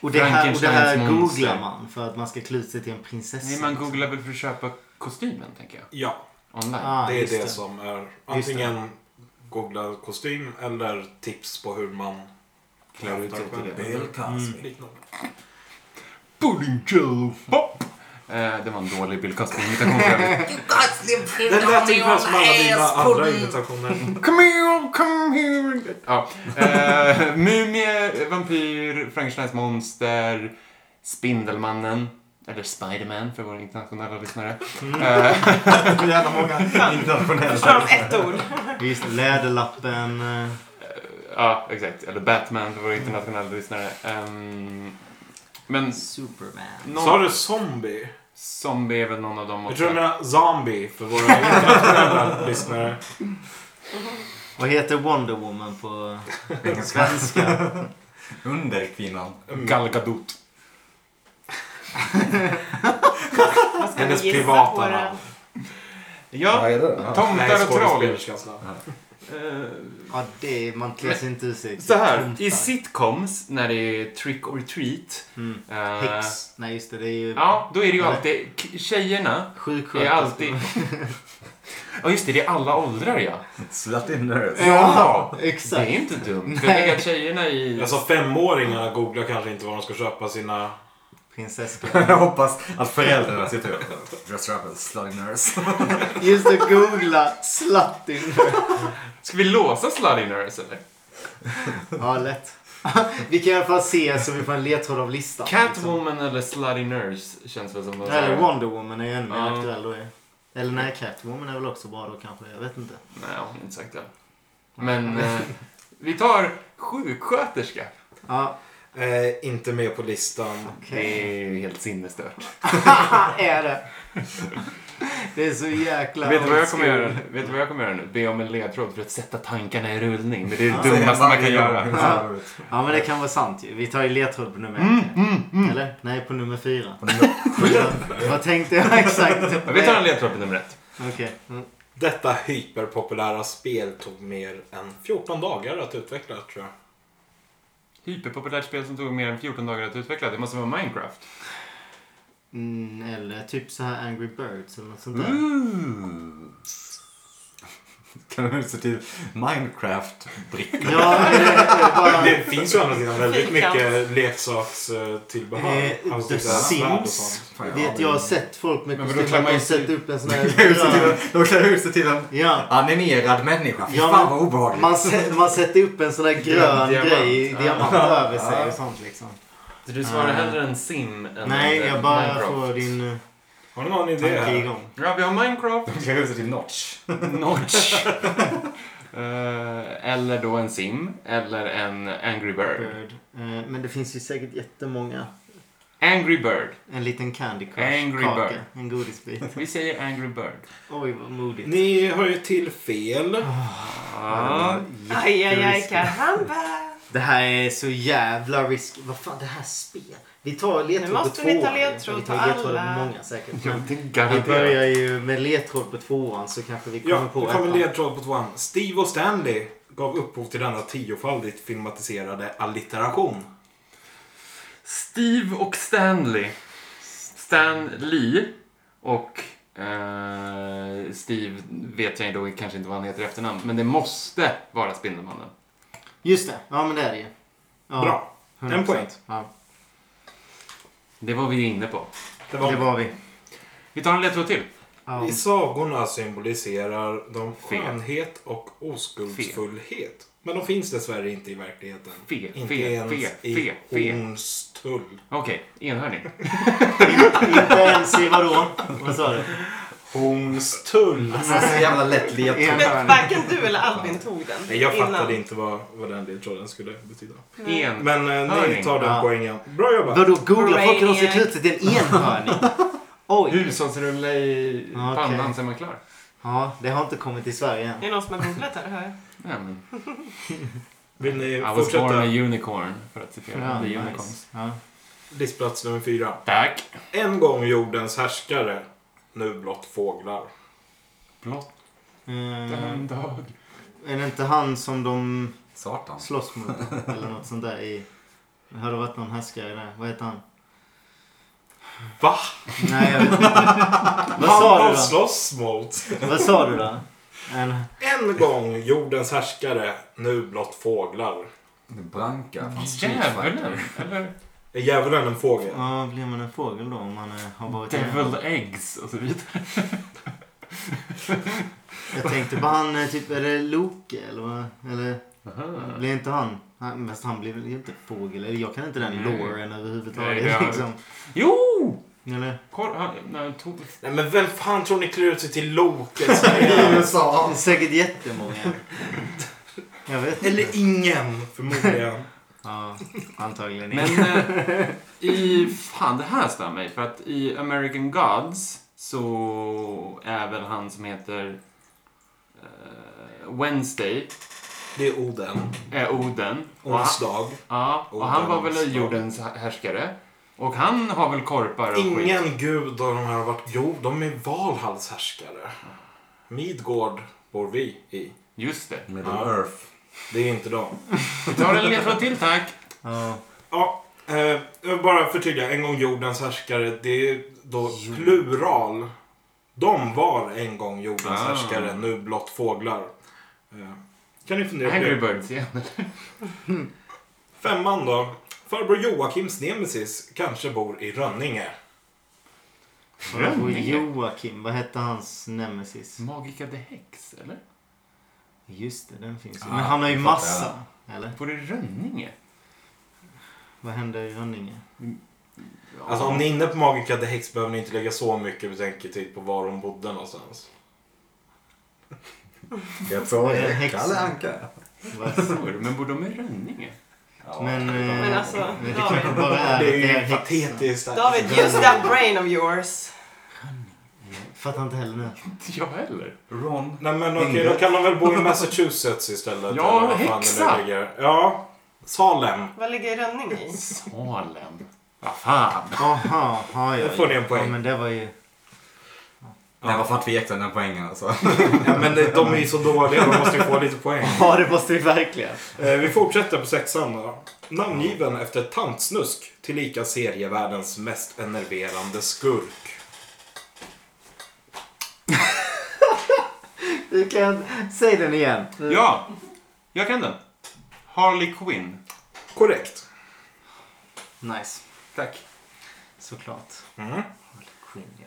Och det här, och det här Frankensteins monster. googlar man för att man ska kluta sig till en prinsessa. liksom. Nej, man googlar väl för att köpa kostymen, tänker jag. Ja, Online. Ah, det är just det, [laughs] som är antingen googla kostym eller tips på hur man klär ut sig Klär ut sig till själv. Bill Cosby. Liknande. Bowling Joe Bopp! Eh, det var en dålig Bill Cosby-imitation för övrigt. Den lät ungefär som alla dina andra imitationer. [laughs] Come here, oh, come here! Ja. Eh, mumie, vampyr, Frankensteins monster, Spindelmannen. Eller Spiderman för våra internationella lyssnare. Eh, Så jävla många internationella. Kör om ett ord. Just det, Läderlappen. eh, Ja, exakt. Eller Batman för våra internationella lyssnare. Ehm, men Superman. [laughs] någon Sa du zombie? zombie är väl någon av dem Jag också. tror du menar zombie för våra [laughs] internationella lyssnare. Vad heter Wonder Woman på svenska? Underkvinnan. Gal Gadot. Vad ska vi Hennes gissa privata på namn. den? Ja, är det? tomtar och troll. skådespelerskas namn. Eh, ja, det är, man klär sig inte ur sig. Så här, Tomtar. i sitcoms när det är trick or treat. Mm. eh, Häx. Nej, just det. Det är ju Ja, då är det ju alltid k- tjejerna. Är sjuksköterska. alltid... Ja, just det. Det är alla åldrar, ja. Slut in nurse. Ja, Det är [laughs] Exakt. inte dumt. Ska jag lägga tjejerna i... Alltså femåringarna googlar kanske inte var de ska köpa sina... Prinsesska. Jag hoppas att föräldrarna sitter upp. Dress up as slutty nurse. Just att googla slutting. Ska vi låsa Slutty Nurse, eller? Ja, lätt. [laughs] Vi kan i alla fall se så vi får en ledtråd av listan. Catwoman eller Slutty Nurse känns väl som... de- liksom. Eller Wonder Woman är ju ännu mer Ja. aktuell då. ju. Eller nej, Catwoman är väl också bra då kanske. Jag vet inte. Nej, hon har inte sagt det. Men eh, vi tar sjuksköterska. Ja, Eh, inte med på listan. okej. Det är ju helt sinnesstört. [laughs] är det. Det är så jäkla Vet du vad jag old kommer school. göra? Vet du vad jag kommer göra nu? Be om en ledtråd för att sätta tankarna i rullning. Men det är det Ja. dummaste man kan göra. göra. Ja men det kan vara sant ju. Vi tar ju ledtråd på nummer ett. Eller? Nej, Mm. på nummer fyra. [laughs] vad tänkte jag exakt? [laughs] Ja, Vi tar en ledtråd på nummer ett. Okej. Mm. Detta hyperpopulära spel tog mer än 14 dagar att utveckla tror jag. Hyperpopulärt spel som tog mer än 14 dagar att utveckla. Det måste vara Minecraft. Mm, eller typ så här Angry Birds eller något sånt där. Mm. Ooh. Kan du se till Minecraft brick? Ja, är det, är det [laughs] bara... Det finns ju å andra sidan väldigt Fyrkant. mycket leksakstillbehör. Eh, Alltså, The typ svärd och Sims. sånt. Vet jag har sett folk med Men vadå, kostymer kan man som ju sätter inte- upp en [laughs] sån här... De klär ut sig till en Ja. animerad människa. Fy Ja, fan men- vad obehagligt. Man, sä- man sätter upp en sån där grön diamant. grej, Ja. diamant över sig och sånt liksom. Så du svarar Ah. hellre en sim än Nej, en eh, jag bara Minecraft? får din eh, Har ni någon idé? tanke här? igång. Ja, vi har [laughs] Minecraft. De klär ut sig till Notch. Notch. Eh, eller då en sim. Eller en Angry Bird. Bird. Eh, Men det finns ju säkert jättemånga. Eh. Angry Bird. En liten Candy Angry Bird. Crush-kaka. En godisbit. Vi säger Angry Bird. Oj, vad modigt. Ni hör ju till fel. Ah. [laughs] Aj, aj, aj, karamba. Det här är så jävla risk. Vad fan, det här spel. Vi tar ledtråd Nu på måste tvåan. vi ta ledtråd Vi tar på ledtråd på alla. många säkert. Jag [laughs] Men vet inte vi garanterat. börjar ju med ledtråd på tvåan så kanske vi kommer Ja, på nu kommer ettan. ledtråd på tvåan. Steve och Stanley gav upphov till denna tiofaldigt filmatiserade allitteration. Steve och Stanley. Stan Lee och eh, Steve vet jag då kanske inte vad han heter i efternamn. Men det måste vara Spindelmannen. Just det, ja men det är det ju. Ja, Bra. En 100%. poäng. Ja, Det var vi inne på. Det var... det var vi. Vi tar en ledtråd till. Ja. I sagorna symboliserar de Fel. skönhet och oskuldsfullhet. Men de finns dessvärre inte i verkligheten. Fel, inte fel, ens fel, i fel, fel. Hornstull. Okej, enhörning. Inte ens i vadå? Vad sa du? Hornstull. Alltså, så jävla lätt ledtråd. Men varken du eller Albin tog den Nej, jag innan. fattade inte vad, vad den ledtråden skulle betyda. En. Men eh, ni Mm. Hörning. tar den Ja. poängen. Bra jobbat. Vadå googla folk låser Brainiac. knutet till en enhörning? Oj! Hushållsrulle i Ja, okej. pannan så är man klar. Ja, det har inte kommit till Sverige än. Det är någon som har googlat här, hör jag. Ja, men, Vill ni I was born a fortsätta? unicorn, för att citera Ja, The Unicorns. nice. ja. Listplats nummer fyra. Tack. En gång jordens härskare, nu blott fåglar. Blott en Ehm, dag. är det inte han som de Satan. slåss mot eller något sånt där i... Har det varit någon härskare där? Vad heter han? Va? Nej, jag vet inte. Vad sa Han du de då? slåss mot? Vad sa du då? En... En gång jordens härskare, nu blott fåglar. Branka från Street Fighter. Djävulen, eller? Är djävulen en fågel? Ja, blir man en fågel då om man eh, har varit Devil eggs och så vidare. Jag tänkte på han, eh, typ, är det Loke eller vad? Eller blir inte han? han men han blir väl inte fågel? Eller jag kan inte den Nej. loren Nej, överhuvudtaget. det har- liksom. Jo! Eller? Kor- han, nej, han tog, Nej men vem fan tror ni klär ut sig till Loke? Så här, Ja. I USA. Det är säkert jättemånga. Jag vet [laughs] inte. Eller ingen, förmodligen. Ja, antagligen [laughs] men inte. eh, i... Fan, det här stör mig. För att i American Gods så är väl han som heter eh, Wednesday Det är Oden. är Oden. Och han, Onsdag. ja, och han var väl jordens härskare. Och han har väl korpar och skit. Ingen gud av de här har varit... Jo, de är Valhalls härskare. Midgård bor vi i. Just det. Middle Ja. Earth. Det är inte de. Vi tar en ledtråd till, tack. Ja. Ja, eh, jag vill bara förtydliga. En gång jordens härskare, det är då plural. De var en gång jordens Ah. härskare, nu blott fåglar. Eh, kan ni fundera på Angry [laughs] det? Birds igen. Femman då. Farbror Joakims nemesis kanske bor i Rönninge. Och Rönninge? Joakim, vad hette hans nemesis? Magica the Hex, eller? Just det, den finns ju. Ah, Men han har ju nu fattar massa. Eller? Bor i Rönninge? Vad händer i Rönninge? Alltså om ni är inne på Magica the Hex behöver ni inte lägga så mycket betänketid på var de bodde någonstans. Jag tror Det är en det är häxa. Kalle Anka. Vad- Tror du? Men bor de i Rönninge? Ja. Men, eh, Men alltså, det kanske David. bara är Det är att ju häxan. patetiskt. där. David, use that brain of yours. Fattar inte heller nu. Inte jag heller. Ron. Nej men okej, då kan de väl bo i Massachusetts istället. Ja, eller vad fan häxa. det nu ligger. Ja, Salem. Vad ligger Rönning i? Salem. Vad fan. Aha, ja, ja, Då får ni en ja. poäng. Ja, men det var ju... Nej, vad fan tvekar den här poängen alltså. Ja, men det- de är ju så dåliga, de måste ju få lite poäng. Ja, det måste vi verkligen. Eh, Vi fortsätter på sexan då. Namngiven efter tantsnusk, tillika serievärldens mest enerverande skurk. Du kan... Säg den igen. Ja, jag kan den. Harley Quinn. Korrekt. Nice. Tack. Såklart. Mm. Queen, ja.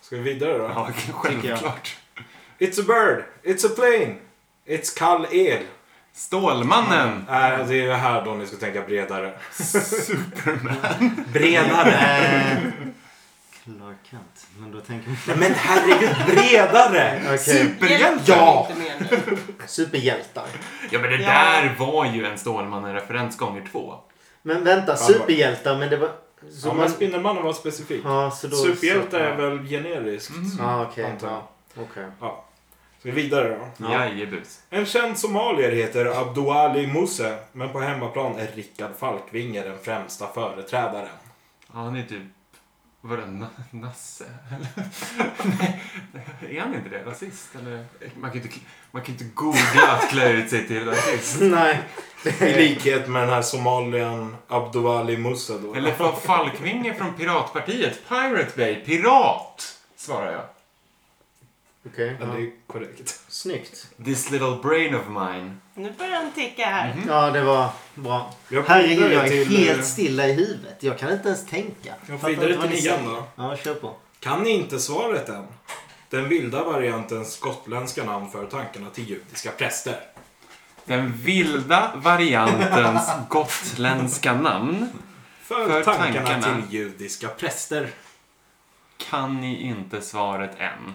Ska vi vidare då? Ja, [laughs] självklart. It's a bird, it's a plane, it's kall el. Stålmannen. Äh, det är ju här då ni ska tänka bredare. Superman. Bredare. Eh, Clark Kent. Men då tänker vi... Nej, men herregud, bredare! Superhjälte. Ja! Inte mer nu. Superhjältar. Ja, men det Ja. där var ju en Stålmannen-referens gånger två. Men vänta, superhjältar, men det var... Så Ja, men man... Spindelmannen var specifik. ja, Mm. så då... Superhjälte är väl generiskt. Ja, okej. [laughs] antar jag. ja, okej. Ja. Ska vi vidare då? Ja. Jajebus. En känd somalier heter Abdoali Muse, men på hemmaplan är Rickard Falkvinge den främsta företrädaren. Ja, han är typ... Vadå, na- nasse? [laughs] Eller? Nej, är han inte det? Rasist? Eller? Man kan ju inte, man kan ju inte googla att klä ut sig till rasist. Nej. I likhet med den här somaliern Abdoali Muse då. Eller från Falkvinge från Piratpartiet. Pirate Bay. Pirat! Svarar jag. Okej. Ja, det ja. är korrekt. Snyggt. This little brain of mine. Nu börjar den ticka här. Ja, det var bra. Mm. Jag Herregud, vidare jag är till- helt stilla i huvudet. Jag kan inte ens tänka. Jag Fattar får vidare inte vad till ni nian säger. då. Ja, kör på. Kan ni inte svaret än? Den vilda variantens skottländska namn för tankarna till judiska präster. Den vilda variantens gotländska namn För, För tankarna, tankarna. till judiska präster. kan ni inte svaret än.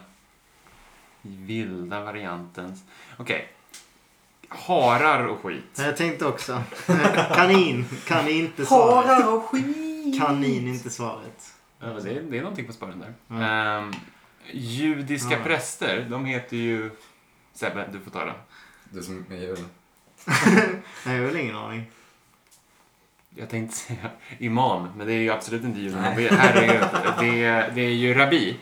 Vilda variantens... Okej. Harar och skit. Jag tänkte också. [laughs] Kanin. Kan inte svaret. Harar och skit! Kanin, inte svaret. [laughs] Ja, Det är, det är någonting på spåren där. Ehm, judiska Ja. präster, de heter ju... Sebbe, du får ta den. [laughs] Du som är jul. Nej, jag har väl ingen aning. Jag tänkte säga imam, men det är ju absolut inte judarna. Det här är ju, det, är- det är ju rabbi.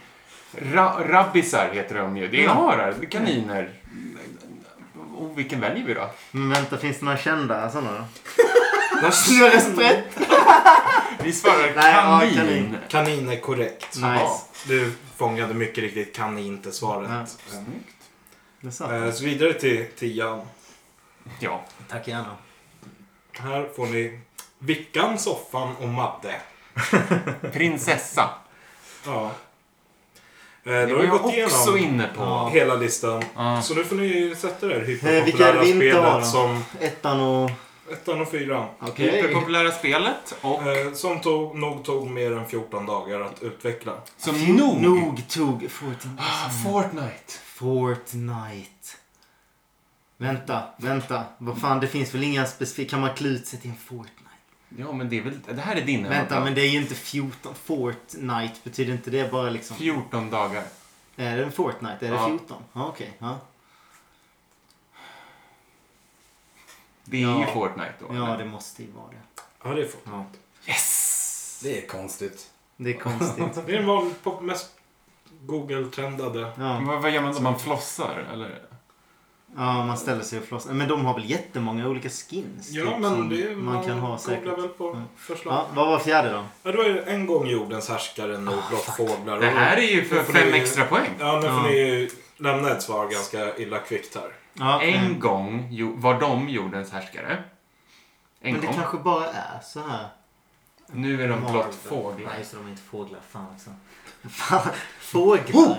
Ra, rabbisar heter de ju. Det är harar, kaniner. Och vilken väljer vi då? Men vänta, finns det några kända sådana [laughs] då? Vi svarar [laughs] Nej, ja, kanin. kanin. Kanin är korrekt. Nice. Du fångade mycket riktigt kan ni inte svaret. Det Ja. sa Eh, jag. Så vidare till tian. Ja. Tack gärna. Här får ni Vickan, Soffan och Madde. Prinsessa. Ja. Eh, Det Då var har vi jag gått igenom också inne på. Ah, hela listan. Ja. Så nu får ni sätta det här Eh, vilka är det hyperpopulära vi inte har då? spelet som Ettan och... ettan och fyran. Okej. Hyperpopulära spelet och Eh, Som tog, nog tog mer än 14 dagar att utveckla. som nog... Nog tog Fortnite. Ah, Fortnite. Fortnite. Vänta, vänta. Vad fan, det finns väl inga specifika... Kan man klä ut sig till en Fortnite? Ja, men det är väl... Det här är din Vänta, hemmaplan. men det är ju inte 14. Fortnite, betyder inte det bara liksom... 14 dagar. Är det en Fortnite? Är det Ja. 14? Ja, okej. Ja. Det är Ja. ju Fortnite då. ja, det måste ju vara det. Ja, det är fort. Ja. Yes! Det är konstigt. Det är konstigt. [laughs] Det är den vanligt pop- mest Google-trendade. Ja. Vad, vad gör man då? Man flossar, eller? ja, man ställer sig och flossar. Men de har väl jättemånga olika skins? Ja, typ, men som det är, man kan ha googlar säkert. väl på Ja. förslag. Ja, Ja. vad var fjärde då? det var ju en gång jordens härskare, nog blott fåglar. Det här är ju för Nu får fem ni- extra poäng. Ja, nu får Ja. ni ju lämna ett svar ganska illa kvickt här. Ja, En mm. gång jo- var de jordens härskare. En Men det gång. kanske bara är så här. Nu är de blott Marvel. fåglar. Nej, just det, de är inte fåglar. Fan också. [laughs] Fan, fåglar?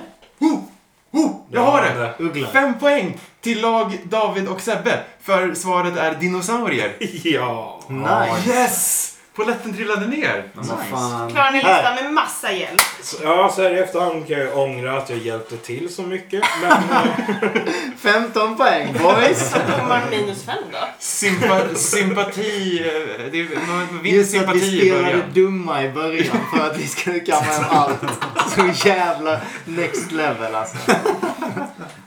Oh, jag Ja, har det! Ugglar? Fem poäng till lag David och Sebbe. För svaret är dinosaurier. [laughs] Ja! Nice. Yes! Poletten trillade ner. Men vad Nice. fan. Klarar ni Här. listan med massa hjälp? Så, ja, så här i efterhand kan jag ångra att jag hjälpte till så mycket. Men eh, 15 poäng boys! Så tog man minus fem då. Sympa- sympati... eh, Det är, man vinner Just att vi sympati i spelade början. dumma i [laughs] början för att vi skulle kamma hem allt. Så jävla next level alltså.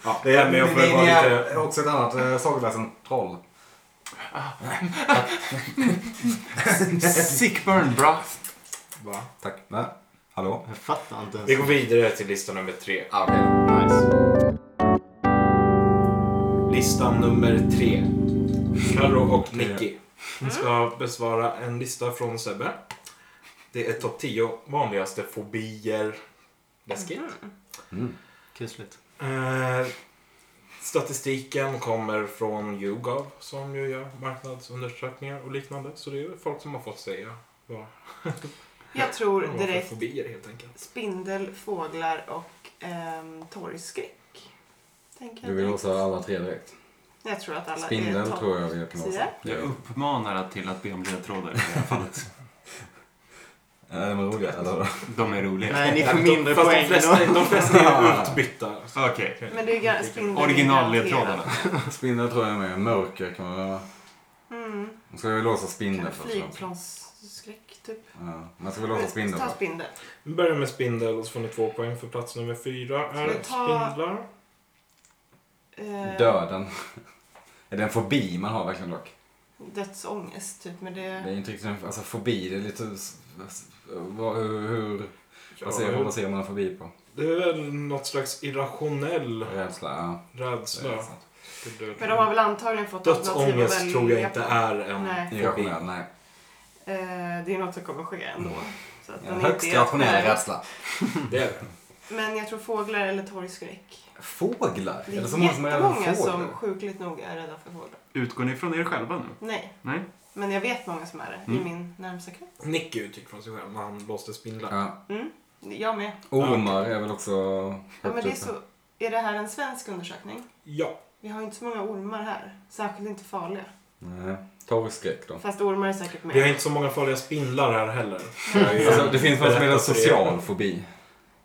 ja, det är med jag får Ni- vara ni är lite... också ett annat eh, sagoläsen troll. Sick burn, bra. Va? Tack. Nej. Hallå? Jag fattar inte ens. Vi går vidare till lista nummer tre. Ah, okej. Nice. Listan nummer tre. Karo och Nicky ska besvara en lista från Sebbe. Det är topp 10 vanligaste fobier. Läskigt. Mm. Kusligt. Eh, statistiken kommer från YouGov som ju gör marknadsundersökningar och liknande. Så det är ju folk som har fått säga vad Jag vad tror de har för direkt fobier helt enkelt. spindel, fåglar och ehm, torgskräck. Tänker Du jag vill direkt. låsa alla tre direkt. Jag tror att alla är Spindel torg. tror jag vi kan låsa. Sia? [laughs] Jag Ja. uppmanar till att be om ledtrådar i det här fallet. Är de roliga eller? De är roliga. Nej, [laughs] ni får mindre Fast poäng. de flesta, de flesta är utbytta. Okej. Men det är gar- spindeln. är Originalledtrådarna. [laughs] Spindel tror jag är med. Mörker kan man vara. garanterat. Mm. Man ska väl låsa spindeln Kan först. också. Mm. Flygplansskräck typ. Ja. Man ska väl låsa spindeln Ta först. spindel. Vi Eh, börjar med spindel och så får ni två poäng för plats nummer fyra Ska är vi ta- spindlar. Eh, Döden. [laughs] Är det en fobi man har verkligen dock? Dödsångest, typ. Men det... Det är inte riktigt en alltså, fobi, det är lite... s- s- Vad, hur, hur, vad, ser, vad ser man en fobi på? Det är väl något slags irrationell Rädsla? Ja. det är rädsla. sant. Men de har väl antagligen fått alternativ att Dödsångest välja tror jag inte på. är en... Nej. Irrationell, nej. Eh, det är något som kommer ske ändå. Så att den En är högst inte rationell jätte- rädsla. Det är det. Men jag tror fåglar eller torgskräck. Fåglar? Det är, Eller så många som är rädda för jättemånga som fåglar? sjukligt nog är rädda för fåglar. Utgår ni från er själva nu? Nej, Nej? men jag vet många som är det i Mm. min närmsta krets. Nicky utgick från sig själv när han blåste spindlar. Ja. Mm, jag med. Ormar är väl också... typ- Ja, men det är, så, är det här en svensk undersökning? Ja. Vi har ju inte så många ormar här. Särskilt inte farliga. Nej. Torgskräck då. Fast ormar är säkert Vi har med. inte så många farliga spindlar här heller. Alltså, det finns något som heter social fobi.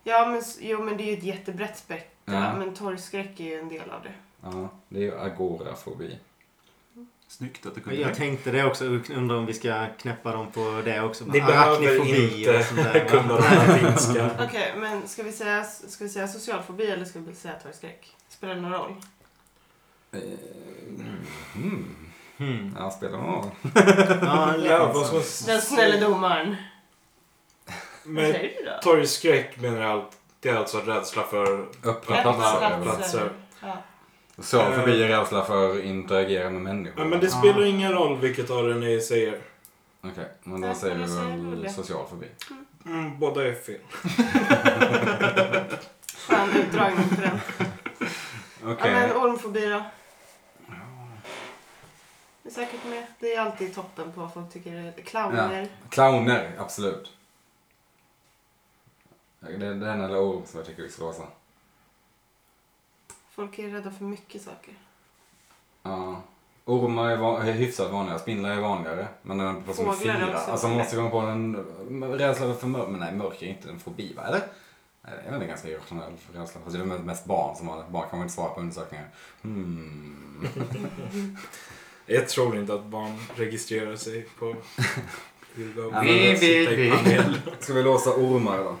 Ja, men, s- jo, men det är ju ett jättebrett spektra. Ja. Men torgskräck är ju en del av det. Ja, det är ju agorafobi. Snyggt att du kunde Jag det. tänkte det också. Undrar om vi ska knäppa dem på det också. Ni behöver Arachnofobi och sånt inte där, va? kunna [laughs] latinska. Okej, men ska vi, säga, ska vi säga social fobi eller ska vi säga torgskräck? Spelar det någon roll? Eh, Mm. Hmm. Ja, spelar någon roll. Ja, Ja, vad ska man- Den snälla domaren. Vad Men säger du då? torgskräck menar jag allt. Det är alltså rädsla för... Öppna Rädsla, platser. är väl- platser. Ja. Social fobi är rädsla för att interagera med människor. Ja, men det spelar ingen roll vilket av det ni säger. Okej, men då Nej, säger men då säger vi du väl det. social fobi. Mm, båda är fel. Skön utdragning på den. Okej. Ja, men ormfobi då? Det är säkert med. Det är alltid toppen på vad folk tycker. är- Clowner. Clowner, absolut. Det är den eller orm som jag tycker vi ska vara så. Folk är rädda för mycket saker. Ja. Ormar är, van- är hyfsat vanliga, spindlar är vanligare. Men när man på som Fåglar fyra. också. Alltså man måste komma på en rädsla för mörker. Men nej, mörker är inte en fobi va? Eller? Nej, Det är väl en ganska irrationell rädsla. Fast det är väl mest barn som har det. Barn kan man inte svara på undersökningar. [laughs] Hmm. Jag tror inte att barn registrerar sig [laughs] på... Vi, men vi- vi- Ska vi låsa ormar då?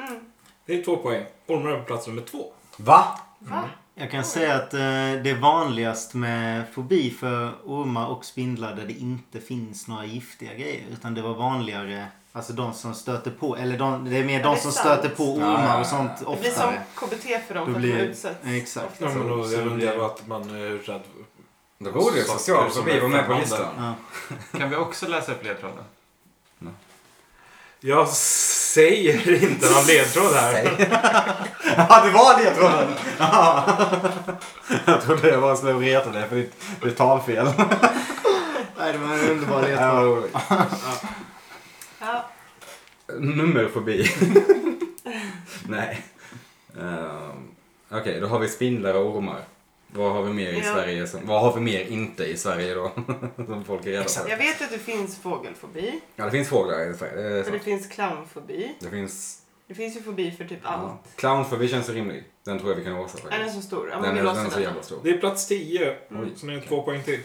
Mm. Det är två poäng. Ormar är på plats nummer två. Va? Va? Jag kan säga att eh, det är vanligast med fobi för ormar och spindlar där det inte finns några giftiga grejer. Utan det var vanligare, alltså de som stöter på, eller de, det är mer Ja, de det är som sant. stöter på ormar Ja. och sånt Det blir som oftare. KBT för dem Då för att blir- de utsätts. exakt. Ja, men då Så- är så väl blir- Alltså, det att man är rädd. Då borde ju Saker social som fobi är vara med på främmande. listan. Ja. Kan vi också läsa upp ledtråden? Jag säger [laughs] inte någon ledtråd här. [laughs] Ja, det var det jag trodde. Jag trodde jag bara skulle reta dig för ditt, ditt talfel. Nej, det var en [laughs] underbar ledtråd. Ja, roligt. Ja. Nummerfobi. [laughs] Nej. Ehm, Okej, då har vi spindlar och ormar. Vad har vi mer i Ja. Sverige? Som, vad har vi mer inte i Sverige då? [laughs] som folk är rädda för. Jag vet att det finns fågelfobi. Ja, det finns fåglar i Sverige. Det, är Och det sant. finns clownfobi. det finns... Det finns ju fobi för typ Ja. allt. Clownfobi känns rimlig. Den tror jag vi kan låsa Är den faktiskt. så stor? Ja, men Den vi är, den är låser så den. jävla stor. Det är plats tio. Oj. Så ni har två poäng till.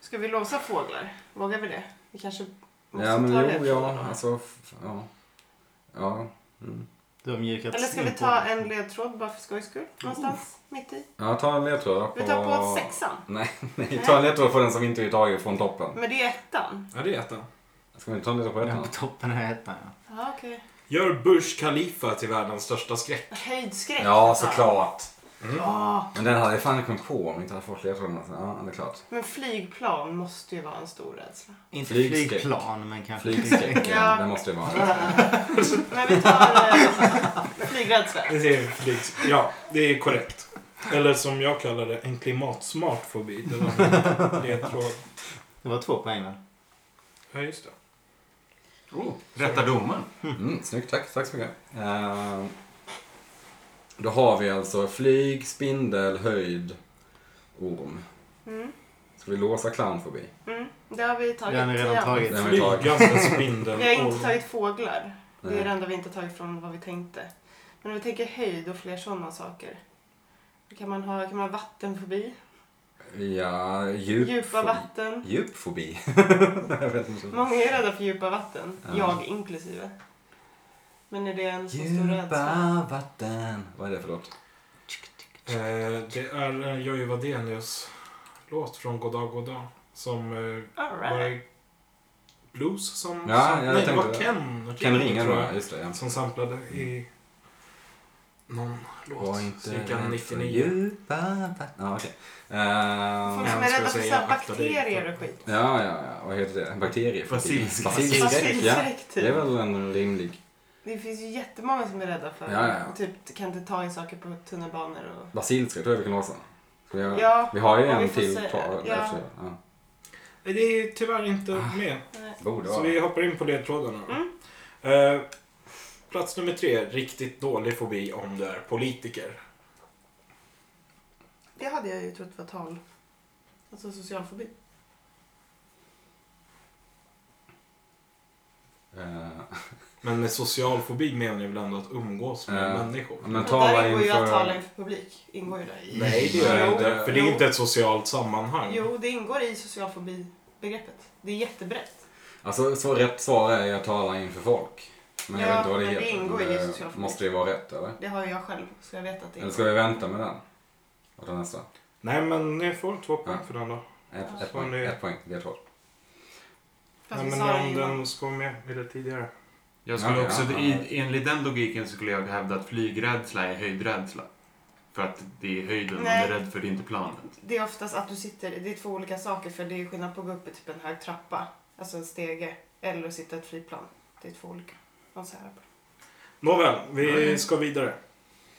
Ska vi låsa fåglar? Vågar vi det? Vi kanske måste Ja, men ta jo, ledtrådarna. ja, alltså, f- ja. Ja. Mm. Du har mjukats Eller ska in vi på. ta en ledtråd bara för skojs skull? Någonstans mitt i. ja, ta en ledtråd på... Vi tar på sexan. Nej, [laughs] nej, ta en ledtråd på den som inte är tagen från toppen. Men det är ettan. Ja, det är ettan. Ska vi inte ta en ledtråd på Ja, ettan? på toppen av ettan, ja. Ja, okej. Gör Burj Khalifa till världens största skräck. Höjdskräck. Ja, såklart. Ja, Men den hade jag fan kommit på om inte hade fått ledtrådarna. Så, Ja, det är klart. men flygplan måste ju vara en stor rädsla. Inte Flygskräck. flygplan, men kanske Flygskräck, ja. Ja. Det måste ju vara. Men vi tar eh, [laughs] flygrädsla. Det är flygs- Ja, det är korrekt. Eller som jag kallar det, en klimatsmart fobi. Det var [laughs] min ledtråd. Det var två poäng, va? Ja, just det. Oh. Rätta domaren. Mm, snyggt, tack. Tack så mycket. Eh, då har vi alltså flyg, spindel, höjd, orm. Mm, Ska vi låsa clownfobi? mm. Det har vi tagit. Den har vi redan igen. tagit. Den har vi tagit. [laughs] Flygande spindel. Vi har inte och- tagit fåglar. Det Nej. är det enda vi inte har tagit från vad vi tänkte. Men om vi tänker höjd och fler sådana saker. Kan man ha, kan man ha vattenfobi? Eh, Ja, djup... Djupa vatten? Djupfobi. [laughs] jag vet inte. Många är rädda för djupa vatten. Ja. Jag inklusive. Men är det en så stor rädsla? Djupa vatten. Vad är det för låt? Eh, det är en Jojje Wadenius-låt från Goddag Goddag. Som eh, All var right. det Blues som... Ja, som jag nej, det var tänkte- Ken. Kan ringa tror då, jag. just det. Ja. Som samplade i någon låt. Var inte Cirka rädd för 99. djupa vatten. Ja, okej. Eh, Folk Ja, som jag är skulle rädda för säga såhär akta dig bakterier för- och skit. ja, ja, ja. Vad heter det? Bakterier? Basilsk. Basilskräck. Ja, Basilskräck, typ. det är väl en rimlig. Det finns ju jättemånga som är rädda för Ja, ja, ja. typ kan inte ta i saker på tunnelbanor och... Basilskräck tror jag vi kan låsa. Ska vi, göra? Ja, vi har ju ja, vi en får till se. kvar. Ja. efter det. Ja. Nej, Det är tyvärr inte med. Ah, Borde Så vara. vi hoppar in på ledtrådarna. Mm. Eh, plats nummer tre. Riktigt dålig fobi om du är politiker. Det hade jag ju trott var tal. Alltså social fobi. Eh, Men med social fobi menar jag väl ändå att umgås med Ja. människor? men där tala ingår ju att tala inför... inför publik. Ingår ju där. i. Nej, det gör jag Jo. inte. För det är Jo. inte ett socialt sammanhang. Jo, det ingår i social fobi-begreppet. Det är jättebrett. Alltså, så rätt svar är att tala inför folk. Men jag Ja, vet inte vad det men det heter. ingår ju i det social fobi. måste ju vara rätt, eller? Det har ju jag själv, så jag vet att det Eller ingår. ska vi vänta med den? Och den nästa? Nej, men ni får två poäng Ja. för den då. Ett, Ja. ett poäng, Ni- ett poäng, det tror Fast Nej, vi men sa det om innan. den ska vara med eller tidigare. Jag skulle Ja, också, ja, ja. I, enligt den logiken skulle jag hävda att flygrädsla är höjdrädsla. För att det är höjden Nej. man är rädd för, det är inte planet. Det är oftast att du sitter, det är två olika saker för det är skillnad på att gå upp i typ en hög trappa, alltså en stege, eller att sitta i ett flygplan. Det är två olika. Man så här på. Nåväl, vi ska vidare.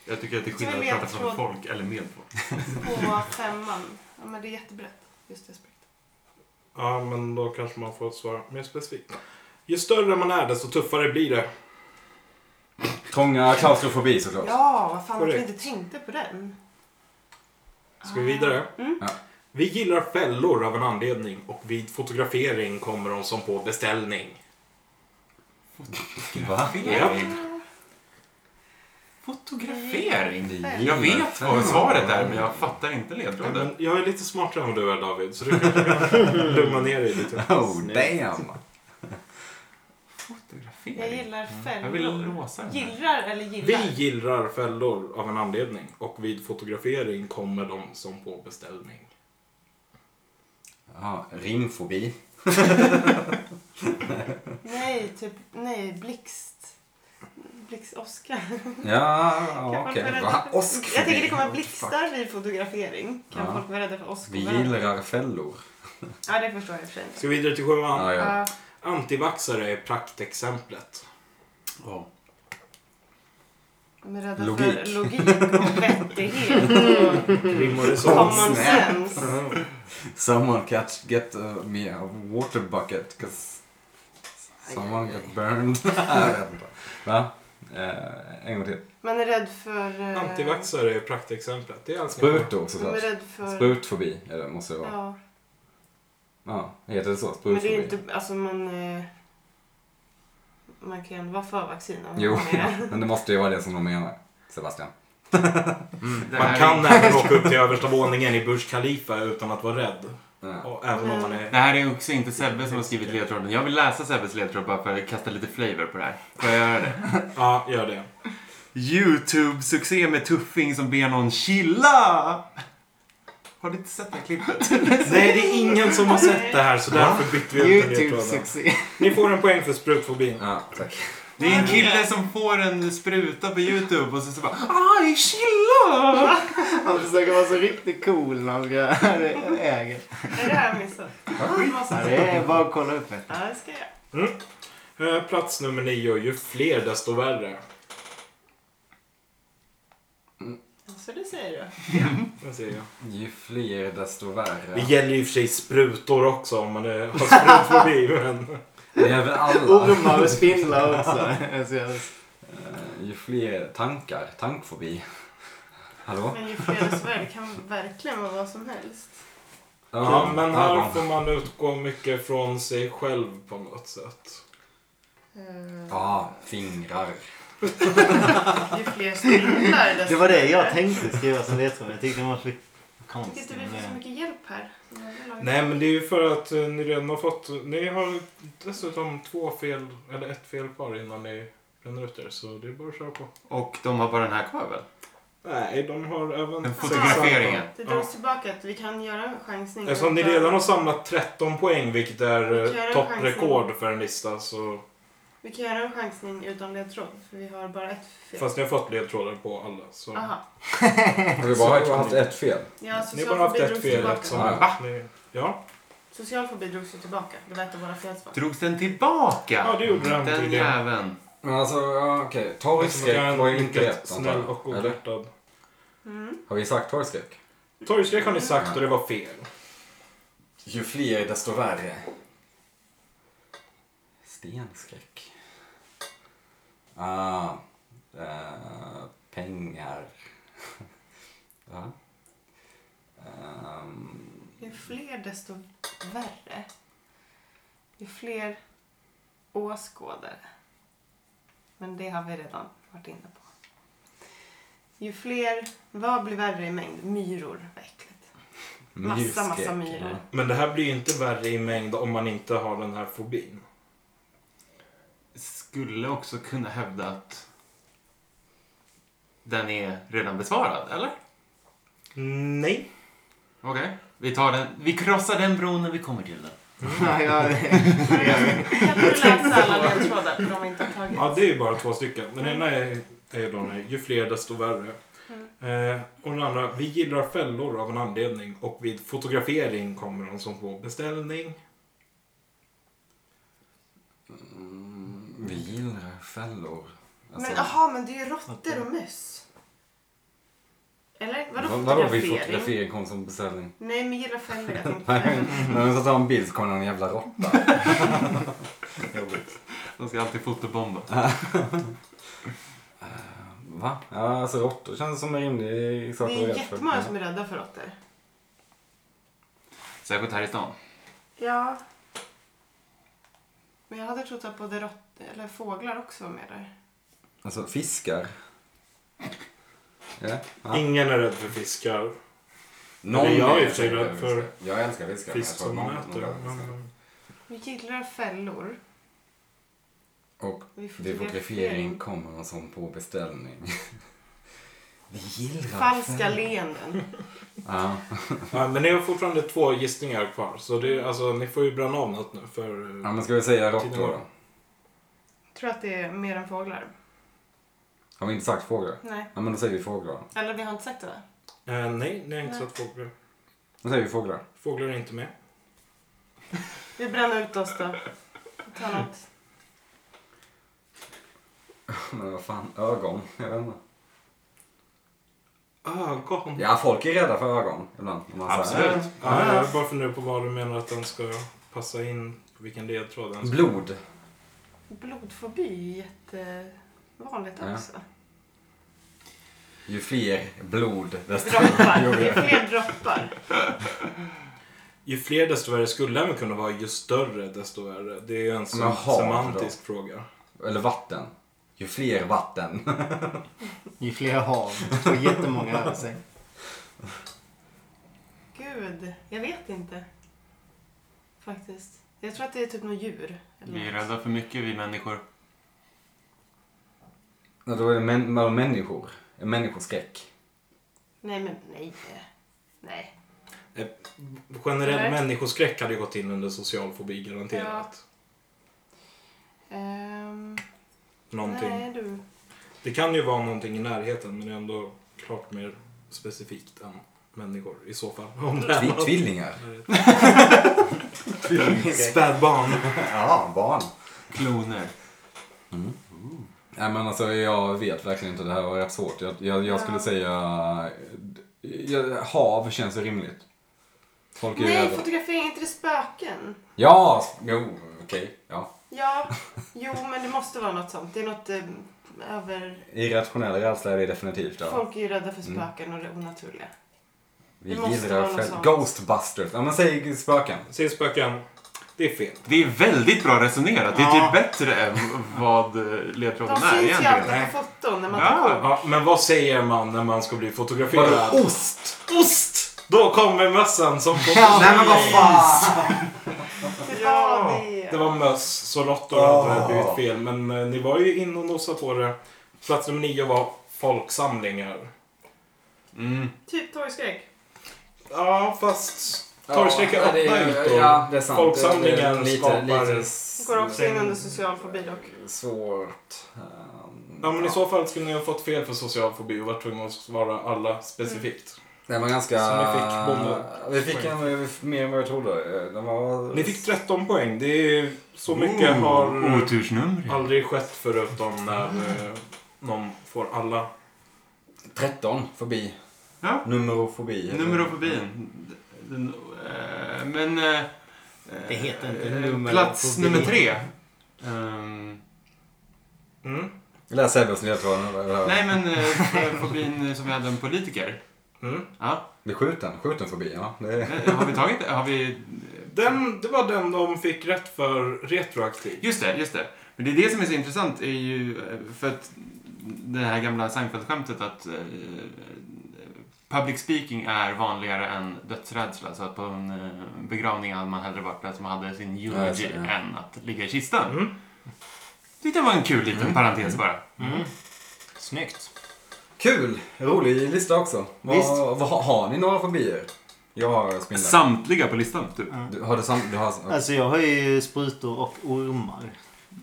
Jag tycker att det är Så vi skillnad att prata ledtråd- framför folk eller med folk. På femman. Ja men det är jättebrett. Just det aspekten. Ja, men då kanske man får svara mer specifikt. Ju större man är, desto tuffare blir det. jag. Trånga klaustrofobi såklart. Ja, vad fan att vi Korrekt. inte tänkte på den. Ska vi Ah, vidare? mm. Ja. Vi gillar fällor av en anledning och vid fotografering kommer de som på beställning. Va? Fotografering? Ni Jag gillar vet fällor. vad svaret är, men jag fattar inte ledtråden. Men jag är lite smartare än vad du är David, så du kanske kan [laughs] lugna ner dig lite. [laughs] Oh damn! Jag Fotografering? gillar Mm. Jag vill fällor. låsa den här. Gillar eller Vi gillar? gillar fällor av en anledning och vid fotografering kommer de som på beställning. Ja, rimfobi. Nej, typ, nej, blixt. Blixt-Oskar. Ja, ja okej. Va? Oskfobi? Jag tänker det kommer blixtar vid fotografering. Kan Ja. folk vara rädda för åskor? Vi gillar fällor. Ja, det förstår jag i och för sig. Ska vi vidare till sjuan? Ja, ja. Ja, Antivaxare är praktexemplet. Ja. de är rädda för Logik. logik [laughs] och vettighet och Rim och reson. common snap. sense. Someone catch, get uh, me a water bucket 'cause someone got [laughs] burned. Jag vet inte. Va? Eh, en gång till. Man är rädd för... eh, Antivaxare är praktexemplet. Det är allt. Sprutor Man är såklart. rädd för... Sprutfobi är det, måste det vara. Ja, Ja, heter det så? men det är Sprutfobi? ju inte... Alltså man... eh, Man kan ju ändå vara för vaccin om Jo, man [laughs] är... men det måste ju vara det som de menar. Sebastian. Mm. Det Man här kan är, [laughs] även åka upp till översta våningen i Burj Khalifa utan att vara rädd. Ja. Och även om man är... det här är också inte Sebbe som har skrivit ledtråden. Jag vill läsa Sebbes ledtråd bara för att kasta lite flavor på det här. Får jag göra det? Ja, gör det. YouTube-succé med tuffing som ber någon chilla! Har du inte sett det här klippet? Nej, det är ingen som har sett det här så därför bytte vi ut den typ ledtråden. Youtube-succé. Ni får en poäng för sprutfobin. ja, tack. Det är en kille som får en spruta på YouTube och så, så bara Aj, chilla! [laughs] Han försöker vara så riktigt cool när han ska [laughs] äga. Är det här jag missat? Alltså. Det är bara att kolla upp det. Ja, det ska jag göra. Eh, Plats nummer nio. Ju fler desto värre. Så det säger du. Det ser jag. Ju fler desto värre. Det gäller ju i och för sig sprutor också om man är, har sprutfobi. Men... Det är väl alla. Ormar och spindlar också. [laughs] Det är så jävla- Eh, Ju fler tankar. Tankfobi. Hallå? Men ju fler desto värre. Det kan verkligen vara vad som helst. Ja, Öron. men här Öron. får man utgå mycket från sig själv på något sätt. Eh, Ja, fingrar. Ju fler spindlar desto [laughs] Det var det värre. jag tänkte skriva som ledtråd. Jag tyckte den var så Jag tycker konstig. inte vi får så men- mycket hjälp här. Nej, men det är ju för att eh, ni redan har fått... Ni har dessutom två fel, eller ett fel kvar innan ni bränner ut er. Så det är bara att köra på. Och de har bara den här kvar väl? Nej, de har även... Den sex fotograferingen. samtal. Det Ja. dras tillbaka att vi kan göra en chansning. Eftersom Alltså, ni redan har samlat 13 poäng, vilket Vi är kan göra eh, en topprekord för en lista, så... Vi kan göra en chansning utan ledtråd, för vi har bara ett fel. Fast ni har fått ledtrådar på alla, så... Aha. Har vi bara haft- haft ett fel? Ja, Ni har bara social haft fobi ett drogs fel tillbaka. eftersom... Va? att ni- Ja. Social fobi drogs ju tillbaka. Det var ett av våra felsvar. Drogs den tillbaka? Ja, det gjorde den Den tydligen. jäveln. Men alltså, ja, okej. Torgskräck var ju inte rätt antar snäll och jag. Eller? godhjärtad. Mm. Har vi sagt torgskräck? Torgskräck har ni sagt och det var fel. Ju fler desto värre. Stenskräck. Ah, eh, pengar. [laughs] Va? Ehm, Ju fler desto värre. Ju fler åskådare. Men det har vi redan varit inne på. Ju fler, vad blir värre i mängd? Myror var [laughs] äckligt. Massa, massa myrskräck. myror. Ja. Men det här blir ju inte värre i mängd om man inte har den här fobin. Skulle också kunna hävda att den är redan besvarad, eller? Nej. Okej. Vi tar den. Vi krossar den bron när vi kommer till den. [laughs] Ja, jag, Kan du läsa alla ledtrådar? För de har inte tagit. Ja, det är ju bara två stycken. Den ena är, är då nej, ju fler desto värre. Eh, och den andra, vi gillar fällor av en anledning och vid fotografering kommer de som på beställning. Mm, Vi gillar fällor. Alltså, Men jaha, men det är ju råttor och möss. Eller? Vadå vad- vadå vid fotografering? fotografering kom som [laughs] beställning? Nej, men gillar fällor. Jag [laughs] tänkte. Nej, men så tar en bild så kommer en jävla råtta. Jobbigt. De ska alltid fotobomba. Va? Ja, alltså råttor känns som en rimlig sak Det är rädd för. jättemånga som är rädda för råttor. Särskilt här i stan. Ja. Men jag hade trott att både rått, eller fåglar också var med där. Alltså fiskar. Ja. Ja. Ingen är rädd för fiskar. Någon Men jag är ju säkert för rädd för fiskar. Jag älskar fiskar. men jag Fisk tror som någon- man någon äter. älskar fiskar. Men- Vi gillar fällor. Och Vi vid fotografering kommer någon som på beställning. [laughs] Vi gillar Falska fällor. leenden. Ja. Ja, men ni har fortfarande två gissningar kvar. Så det, är- alltså, ni får ju bränna av något nu. För, ja, men ska vi säga råttor då? Tror att det är mer än fåglar. Har vi inte sagt fåglar? Nej. Ja, men då säger vi fåglar. Eller vi har inte sagt det va? eh, nej, ni har inte Nej. sett fåglar. Då säger vi fåglar. [laughs] Fåglar är inte med. Vi bränner ut oss då. Ta något. Men vad fan, ögon? Jag vet inte. Ögon. Ja, folk är rädda för ögon ibland. Om man säger. Absolut. Ja, jag bara funderar på vad du menar att den ska passa in, på vilken ledtråd den ska... Blod. Blodfobi är jättevanligt Ja. också. Ju fler blod, desto... Droppar. Jo, Det det är fler droppar. Ju fler desto värre skulle även kunna vara, ju större desto värre. Det är ju en sån Men hav semantisk fråga. [laughs] Eller vatten. Ju fler vatten. ju fler hav och jättemånga över sig. Gud, jag vet inte. Faktiskt. Jag tror att det är typ något djur. eller Vi är något. rädda för mycket, vi människor. Ja, Då är det män, bara människor. Människoskräck. Nej men nej. Nej. Generell Eller? människoskräck hade ju gått in under social fobi garanterat. Ehm, Någonting. Nej du. Det kan ju vara någonting i närheten men det är ändå klart mer specifikt än människor i så fall. Om det är Tvi, något. tvillingar. Spädbarn. Ja, barn. Kloner. Nej men alltså jag vet verkligen inte. Det här var rätt svårt. Jag, jag, jag skulle Ja. säga... ja, hav känns ju rimligt. Folk är ju Nej rädda. fotografering, inte det spöken? Ja! Jo, okej. ja. Ja, jo men det måste vara något sånt. Det är något eh, över... Irrationell rädsla är det definitivt. Ja. Folk är ju rädda för spöken och det onaturliga. Vi det måste gillar vara något fäll... sånt. Ghostbusters. Ja men säg spöken. Säg spöken. Det är fel. Det är väldigt bra resonerat. Det är Ja. typ bättre än vad eh, De ledtråden är syns ju egentligen. alltid på foton när man tar Ja. kort. Ja, men vad säger man när man ska bli fotograferad? Vadå ost? Ost! Då kommer mössan som på Nej men vad fan! Det var det. Det var möss, så Lottor Ah. hade blivit fel. Men eh, ni var ju inne och nosade på det. Plats nummer nio var folksamlingar. Mm. Typ torgskräck. Ja, fast torgstreck är Ja, det öppna är- ytor. Ja, det är sant. Folksamlingar Det är lite- skapar- lite Går också in Sen- under social fobi dock. Eh, Svårt. Ehm, Ja, men i så fall skulle ni ha fått fel för social fobi och varit tvungna att svara alla specifikt. Den var ganska... Som vi fick bonde- Vi fick en, eh, mer än vad jag trodde. Eh, Den var... Ni fick 13 poäng. Det är så mycket Oh, har Otursnumret. aldrig skett förutom när eh, någon får alla. 13 förbi. Ja. Numerofobi. Numerofobin. Den, eh, Men... eh, Det heter inte eh, numerofobi. Plats nummer tre. Ehm, Mm. Läs Ebbes ledtrådar. nej, men eh, fobin som vi hade en politiker. Mm. Ja, Blir skjuten. Skjuten förbi, ja. Det är... eh, har vi tagit det? Har vi... Den, det var den de fick rätt för retroaktivt. Just det, just det. Men det är det som är så intressant är ju eh, för att det här gamla Seinfeld-skämtet att eh, public speaking är vanligare än dödsrädsla. Så att på en eh, begravning hade man hellre varit den som hade sin Ja, just eulogy det, ja. än att ligga i kistan. Mm. Tyckte det var en kul liten Mm. parentes bara. Mm. Snyggt. Kul! Rolig lista också. Visst. Vad, vad, har ni några fobier? Jag har spindlar. Samtliga på listan, typ. du, har du sam... Du har... okej. Alltså jag har ju sprutor och ormar.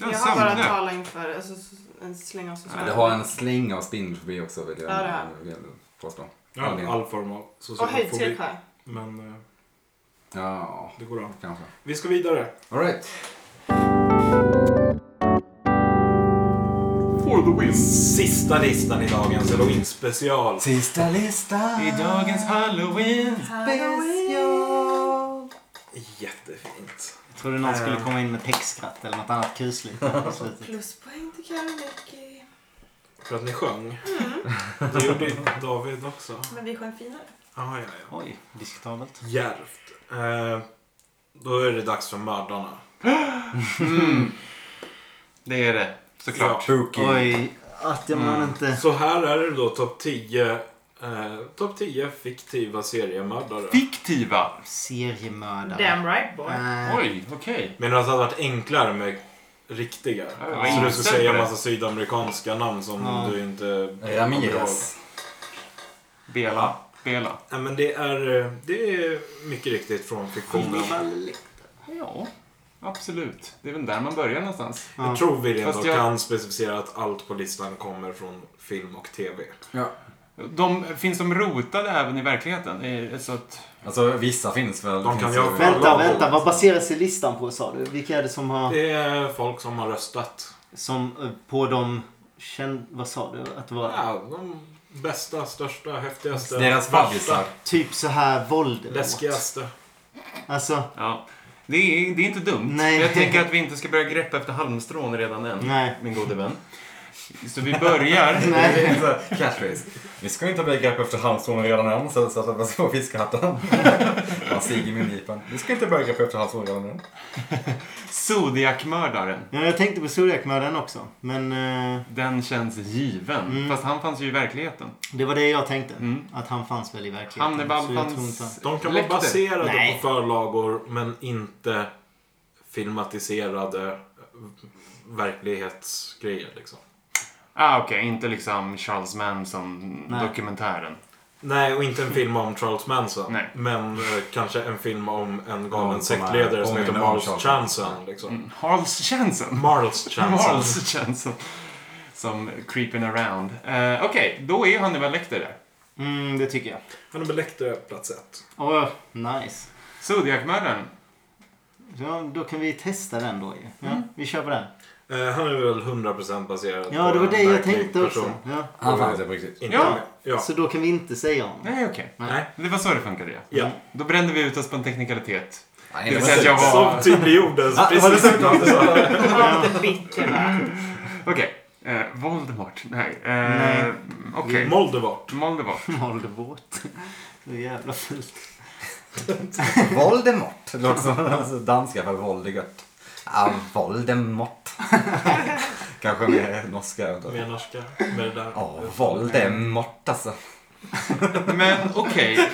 Ja, jag har bara samtliga. tala inför alltså, s- en släng av social Du har en släng av spindelfobi också, vill jag, Ja, det har vill jag påstå. Ja, all form av Och social fobi. höjdskräck har jag. Men eh, Ja, det går an. kanske. Vi ska vidare. Alright. For the win. Sista listan i dagens Halloween special. Sista lista. I dagens halloween. Jättefint. Jag trodde någon skulle komma in med pexskratt eller något annat kusligt på slutet. Pluspoäng till Karameki. För att ni sjöng. Det gjorde ju David också. Men vi sjöng finare. Ah, ja, ja. Oj, diskutabelt. Djärvt. Eh, då är det dags för mördarna. Det är det, såklart. Spooky. Oj, att jag man inte... Så här är det då topp 10, eh, top 10 fiktiva seriemördare. Fiktiva. Seriemördare. Damn right boy. Eh, Oj, okej. Medan det hade varit enklare med riktiga. Ja, jag var Så du inställd skulle säga en på det. massa sydamerikanska namn som Ja. du inte... Eh, Ramirez. Bela. Bela. Nej men det är, eh, det är mycket riktigt från fiktionen. Ja, absolut. Det är väl där man börjar någonstans. Jag tror vi redan Fast jag- kan specificera att allt på listan kommer från film och TV. Ja. De finns de rotade även i verkligheten? Eh, Så att, Alltså vissa finns väl. De finns kan ju- jag- Vänta, vänta. Vad baserar sig listan på sa du? Vilka är det som har... Det är folk som har röstat. Som eh, på de... Känd, vad sa du? Att det var Ja, de bästa, största, häftigaste. Deras värsta, fabbisar. typ så här våld. Läskigaste. Alltså, ja. det, är, det är inte dumt. Nej. Jag tänker att vi inte ska börja greppa efter halmstrån redan än, Nej. min gode vän. Så vi [laughs] börjar. Det är så här Catchphrase. Vi ska inte bli grepp efter halmstrån redan än, så så att jag ska få fiskhatten. Han stiger min nipan. Vi ska inte börja grepp efter halmstrån redan än. Zodiacmördaren. ja, jag tänkte på Zodiac-mördaren också. Men eh, Den känns given. Mm. Fast han fanns ju i verkligheten. det var det jag tänkte. Mm. Att han fanns väl i verkligheten. så Hannibal jag tror inte han- fanns... De kan vara läckte. baserade Nej. på förlagor men inte filmatiserade eh, verklighetsgrejer liksom. Ah, Okej, inte liksom Charles Manson-dokumentären. Nej, och inte en film om Charles Manson. Nej. Men eh, kanske en film om en Någon galen som är sektledare som heter påminner om Marles Charles Chanson. Mm. Liksom. Charles Chanson. Marles Chanson. Charles [laughs] känns som, som creeping around. Eh, Okej, då är Hannibal Lecter där. Mm, det tycker jag. Han är beläktare plats ett. Åh, nice. Zodiac-mördaren. Ja, då kan vi testa den då ju. Ja, Vi kör på den. Eh, han är väl 100% baserad Ja, det på var en det jag verklig tänkte också. person. Ja. Han fanns ju på riktigt. Inte Ja. ja. ja. Så då kan vi inte säga honom. Nej, okej. Nej. Det var så det funkade, ja. Ja. Då brände vi ut oss på en teknikalitet. Nej, Det vill typ säga att Mm. jag var... Som tydliggjordes Ah, var det precis så? innan du sa det. [laughs] Not the bitter va? Okej. Okay. Voldemort. Nej. eh, Nej. [laughs] Okej. Moldovart. Moldemort. [laughs] Moldvort. Det är jävla fult. Voldemort. Det låter som alltså, danska för våld är gött. Ah, Voldemort. Kanske mer norska. jag vet inte. Med norska. Med det där. Ja, Voldemort alltså. Men okej.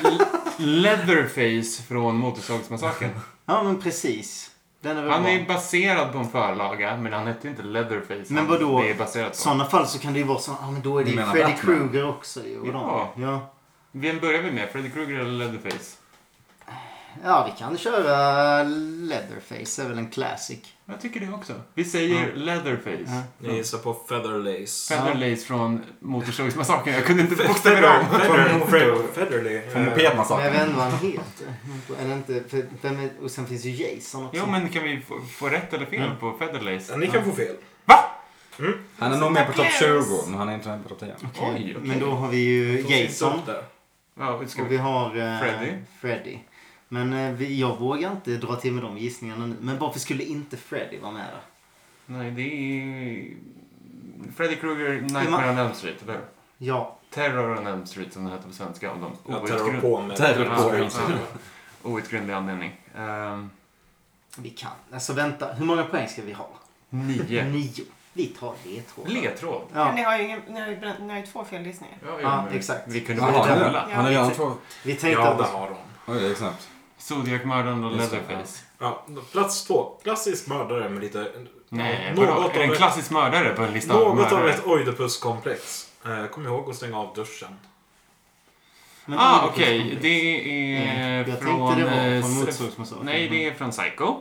Leatherface från Motorsågsmassakern. Ja, men precis. Den är väl Han bra. är baserad på en förlaga, men han hette inte Leatherface. Men vadå? Det är baserat på. sådana fall så kan det ju vara så. Ja, men då är det Ni ju menar Freddy Batman? Krueger också ju. och de. Ja. ja. Vem börjar vi med? Freddy Krueger eller Leatherface? Ja, vi kan köra Leatherface. är väl en classic. Jag tycker det också. Vi säger Leatherface. Ja. Ni gissar på Featherlace. Featherlace från Motorsågsmassakern. Jag kunde inte bokstavera om. [laughs] Feather- Feather- Featherly. Från Eh, Men jag mopedmassakern. vet inte vad han heter. Eller inte, för vem är, och sen finns ju Jason också. Jo, men kan vi få, få rätt eller fel på Featherlace? Ja, Ni kan få fel. Han är nog med på topp Tacklers. 20, men han är inte med på topp 10. Oj, okej. Men då har vi ju De syns Jason. upp där. Ja, ska Och vi... vi har eh, Freddy. Freddy. Men eh, vi, jag vågar inte dra till med de gissningarna nu. Men varför skulle inte Freddy vara med då? Nej, det är... Freddy Krueger, Nightmare on Elm Street, eller hur? Ja. Terror on Elm Street som den heter på svenska av någon Jag outgrund- tar på med Terror Ja, på ja, Elm Street. ja. Outgrundlig anledning. Ehm, Vi kan. Alltså vänta, hur många poäng ska vi ha? nio. Nio. Vi tar ledtråd. Ledtråd. Men Ja, ni har ju, ingen, ni har ju, bränt, ni har ju två felgissningar. Ja, Ja, men vi- exakt. Vi kunde Han bara har Ja. redan, kolla. han har redan två. vi tänkte Ja, att... där har de. Oj, det gick snabbt. Zodiac-mördaren och Just det, Leatherface. Ja, plats två. Klassisk mördare med lite... Nej, något vadå? av Är det en ett- klassisk mördare på en lista av Något av mördare? ett Oidipus-komplex. Eh, kom ihåg att stänga av duschen. Men Ah, Oidipus okej. komplex. Det är eh, Jag tänkte från... det var eh, från s- Motorsågsmassakern. Nej, det är från Psycho.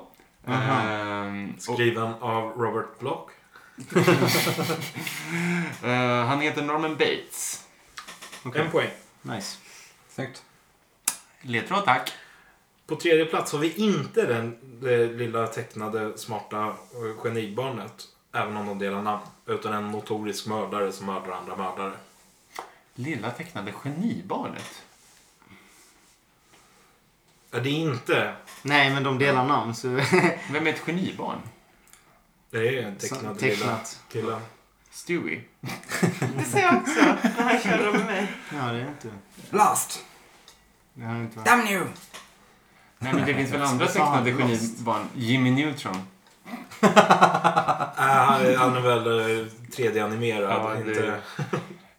Aha. Ehm, och, Skriven av Robert Block. eh, han heter Norman Bates. Okej. En poäng. Nice. Snyggt. Ledtråd, tack. På tredje plats har vi inte den, det lilla tecknade smarta eh, genibarnet. Även om de delar namn. Utan en notorisk mördare som mördar andra mördare. Lilla tecknade genibarnet. Ja, det är inte... Nej, men de delar namn så... Vem är ett genibarn? Det är en tecknad lilla Tecknat. killen. Stewie. Det säger jag också när han körde med mig. Ja, det är inte... Blast! Det har inte varit... Damn you! Nej, men det finns [laughs] väl andra Fan, tecknade lost. genibarn? Jimmy Neutron. Äh, han är- han är väl eh, 3D-animerad. Ja, det- inte...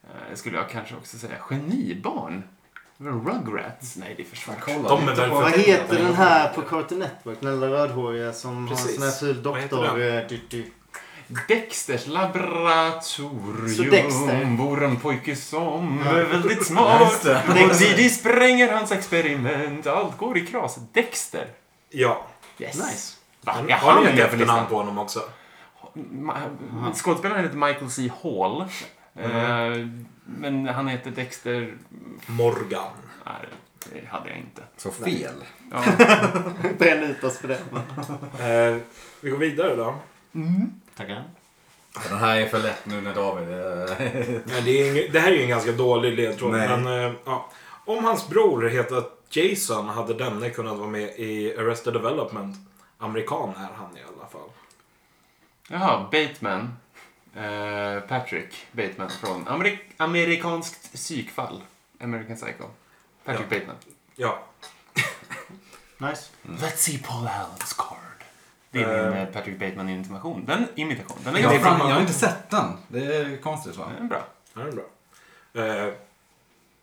Eh, skulle jag kanske också säga. Genibarn? Det var Rugrats? Nej, det är försvårt. De är väl Och vad för- heter den här på Cartoon Network? Den lilla rödhåriga som Precis. har en sån här ful Vad heter doktor... eh, Du, du. Dexters laboratorium Så Dexter. bor en pojke som Ja. är väldigt Just smart. det. Och Didi spränger hans experiment. Allt går i kras. Dexter. Ja. Yes. Nice. Va? Han, Är har han ni med ett på efternamn listan? på honom också? Ma- Skådespelaren heter Michael C. Hall. Eh, Men han heter Dexter... Morgan. Nej, det hade jag inte. Så fel. Ja. [laughs] Bränn ut oss på det. Eh, vi går vidare då. Tackar. Den här är för lätt nu när David [laughs] är... Nej, det, är ing- det här är ju en ganska dålig ledtråd. Nej. Men, eh, ja. Om hans bror hetat Jason hade denne kunnat vara med i Arrested Development. Amerikan är han i alla fall. Jaha, Bateman. Eh, Patrick Bateman från Amerik- Amerikanskt psykfall. American Psycho. Patrick Bateman. Ja. Nice. Let's see Paul Allen's card. Det är min eh, Patrick Bateman-imitation. Den imitation. Den är Jag, ganska har- bra. jag har inte sett den. Det är konstigt va? Den är bra. Ja, det är bra. Eh,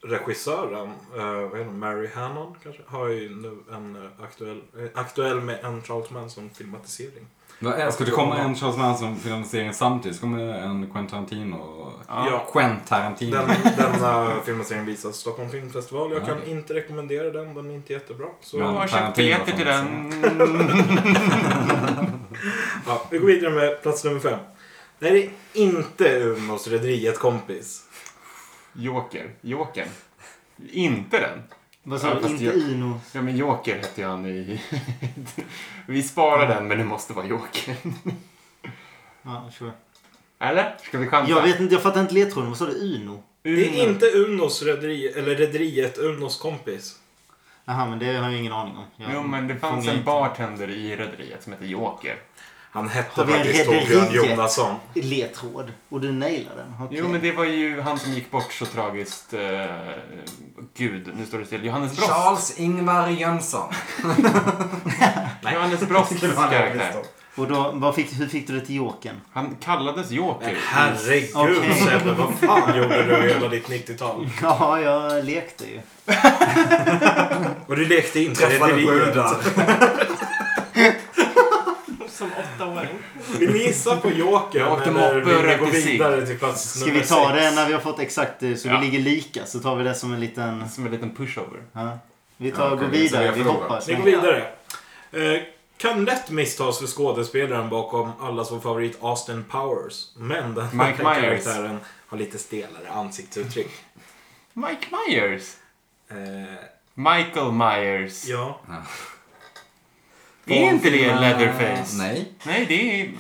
regissören, eh, vad heter hon, Mary Hannon kanske, har ju nu en eh, aktuell, eh, aktuell med en Charles Manson-filmatisering. Va, eh, Skulle det komma en Charles Manson-filmatisering samtidigt så kommer en Quentin Tarantino. Ja. Ja. Quentin Tarantino. Mm. Den, denna filmatiseringen visas i Stockholm filmfestival. Jag kan Ja. inte rekommendera den, den är inte jättebra. Så, Jag ja. Ja. har köpt Tarantino biljetter till den. från [laughs] vi går vidare med plats nummer fem. Det här är inte Unos Rederiet kompis. Joker. Jokern. Inte den. Vad Ja, sa du? fast Inte jag- Uno? Ja, men Joker hette ju han i... [laughs] Vi sparar den, men det måste vara Joker. Ja, sure. Eller? Ska vi chansa? Jag vet inte, jag fattar inte ledtråden. Vad sa du? Uno? Det är inte Unos Rederiet, eller Rederiet Unos kompis. Jaha, men det har jag ingen aning om. Jag Jo, men det fanns fångar en inte. bartender i Rederiet som hette Joker. Han hette Har vi en faktiskt Torbjörn Rederiet? Jonasson. Ledtråd. Och du nailade den. Okej. Jo, men det var ju han som gick bort så tragiskt. eh, gud, nu står det still. Johannes Brost. Charles Ingvar Jönsson. Johannes [laughs] Brosts karaktär. Och då, vad fick, hur fick du det till Jokern? [laughs] Han kallades Joker. Men herregud Okej. Sebbe, vad fan gjorde du hela ditt 90-tal? Ja, jag lekte ju. Och du lekte inte [laughs] Träffade Rederiet. brudar. Som åttaåring. Vill ni gissa på Jokern? Jag åkte eller moppe vill och ni gå rökte cigg. vidare till plats Ska nummer vi ta sex? det när vi har fått exakt eh, så Ja. vi ligger lika? Så tar vi det som en liten... Som en liten pushover. Ja. Vi tar Ja, och går okej, så vi vidare. har Vi förlorat. hoppar. Vi går vidare. Eh, kan lätt misstas för skådespelaren bakom allas vår favorit Austin Powers. Men den här Mike Myers. karaktären har lite stelare ansiktsuttryck. Mike Myers. Eh, Michael Myers. ja. Är inte det Leatherface? Nej. Nej, det är...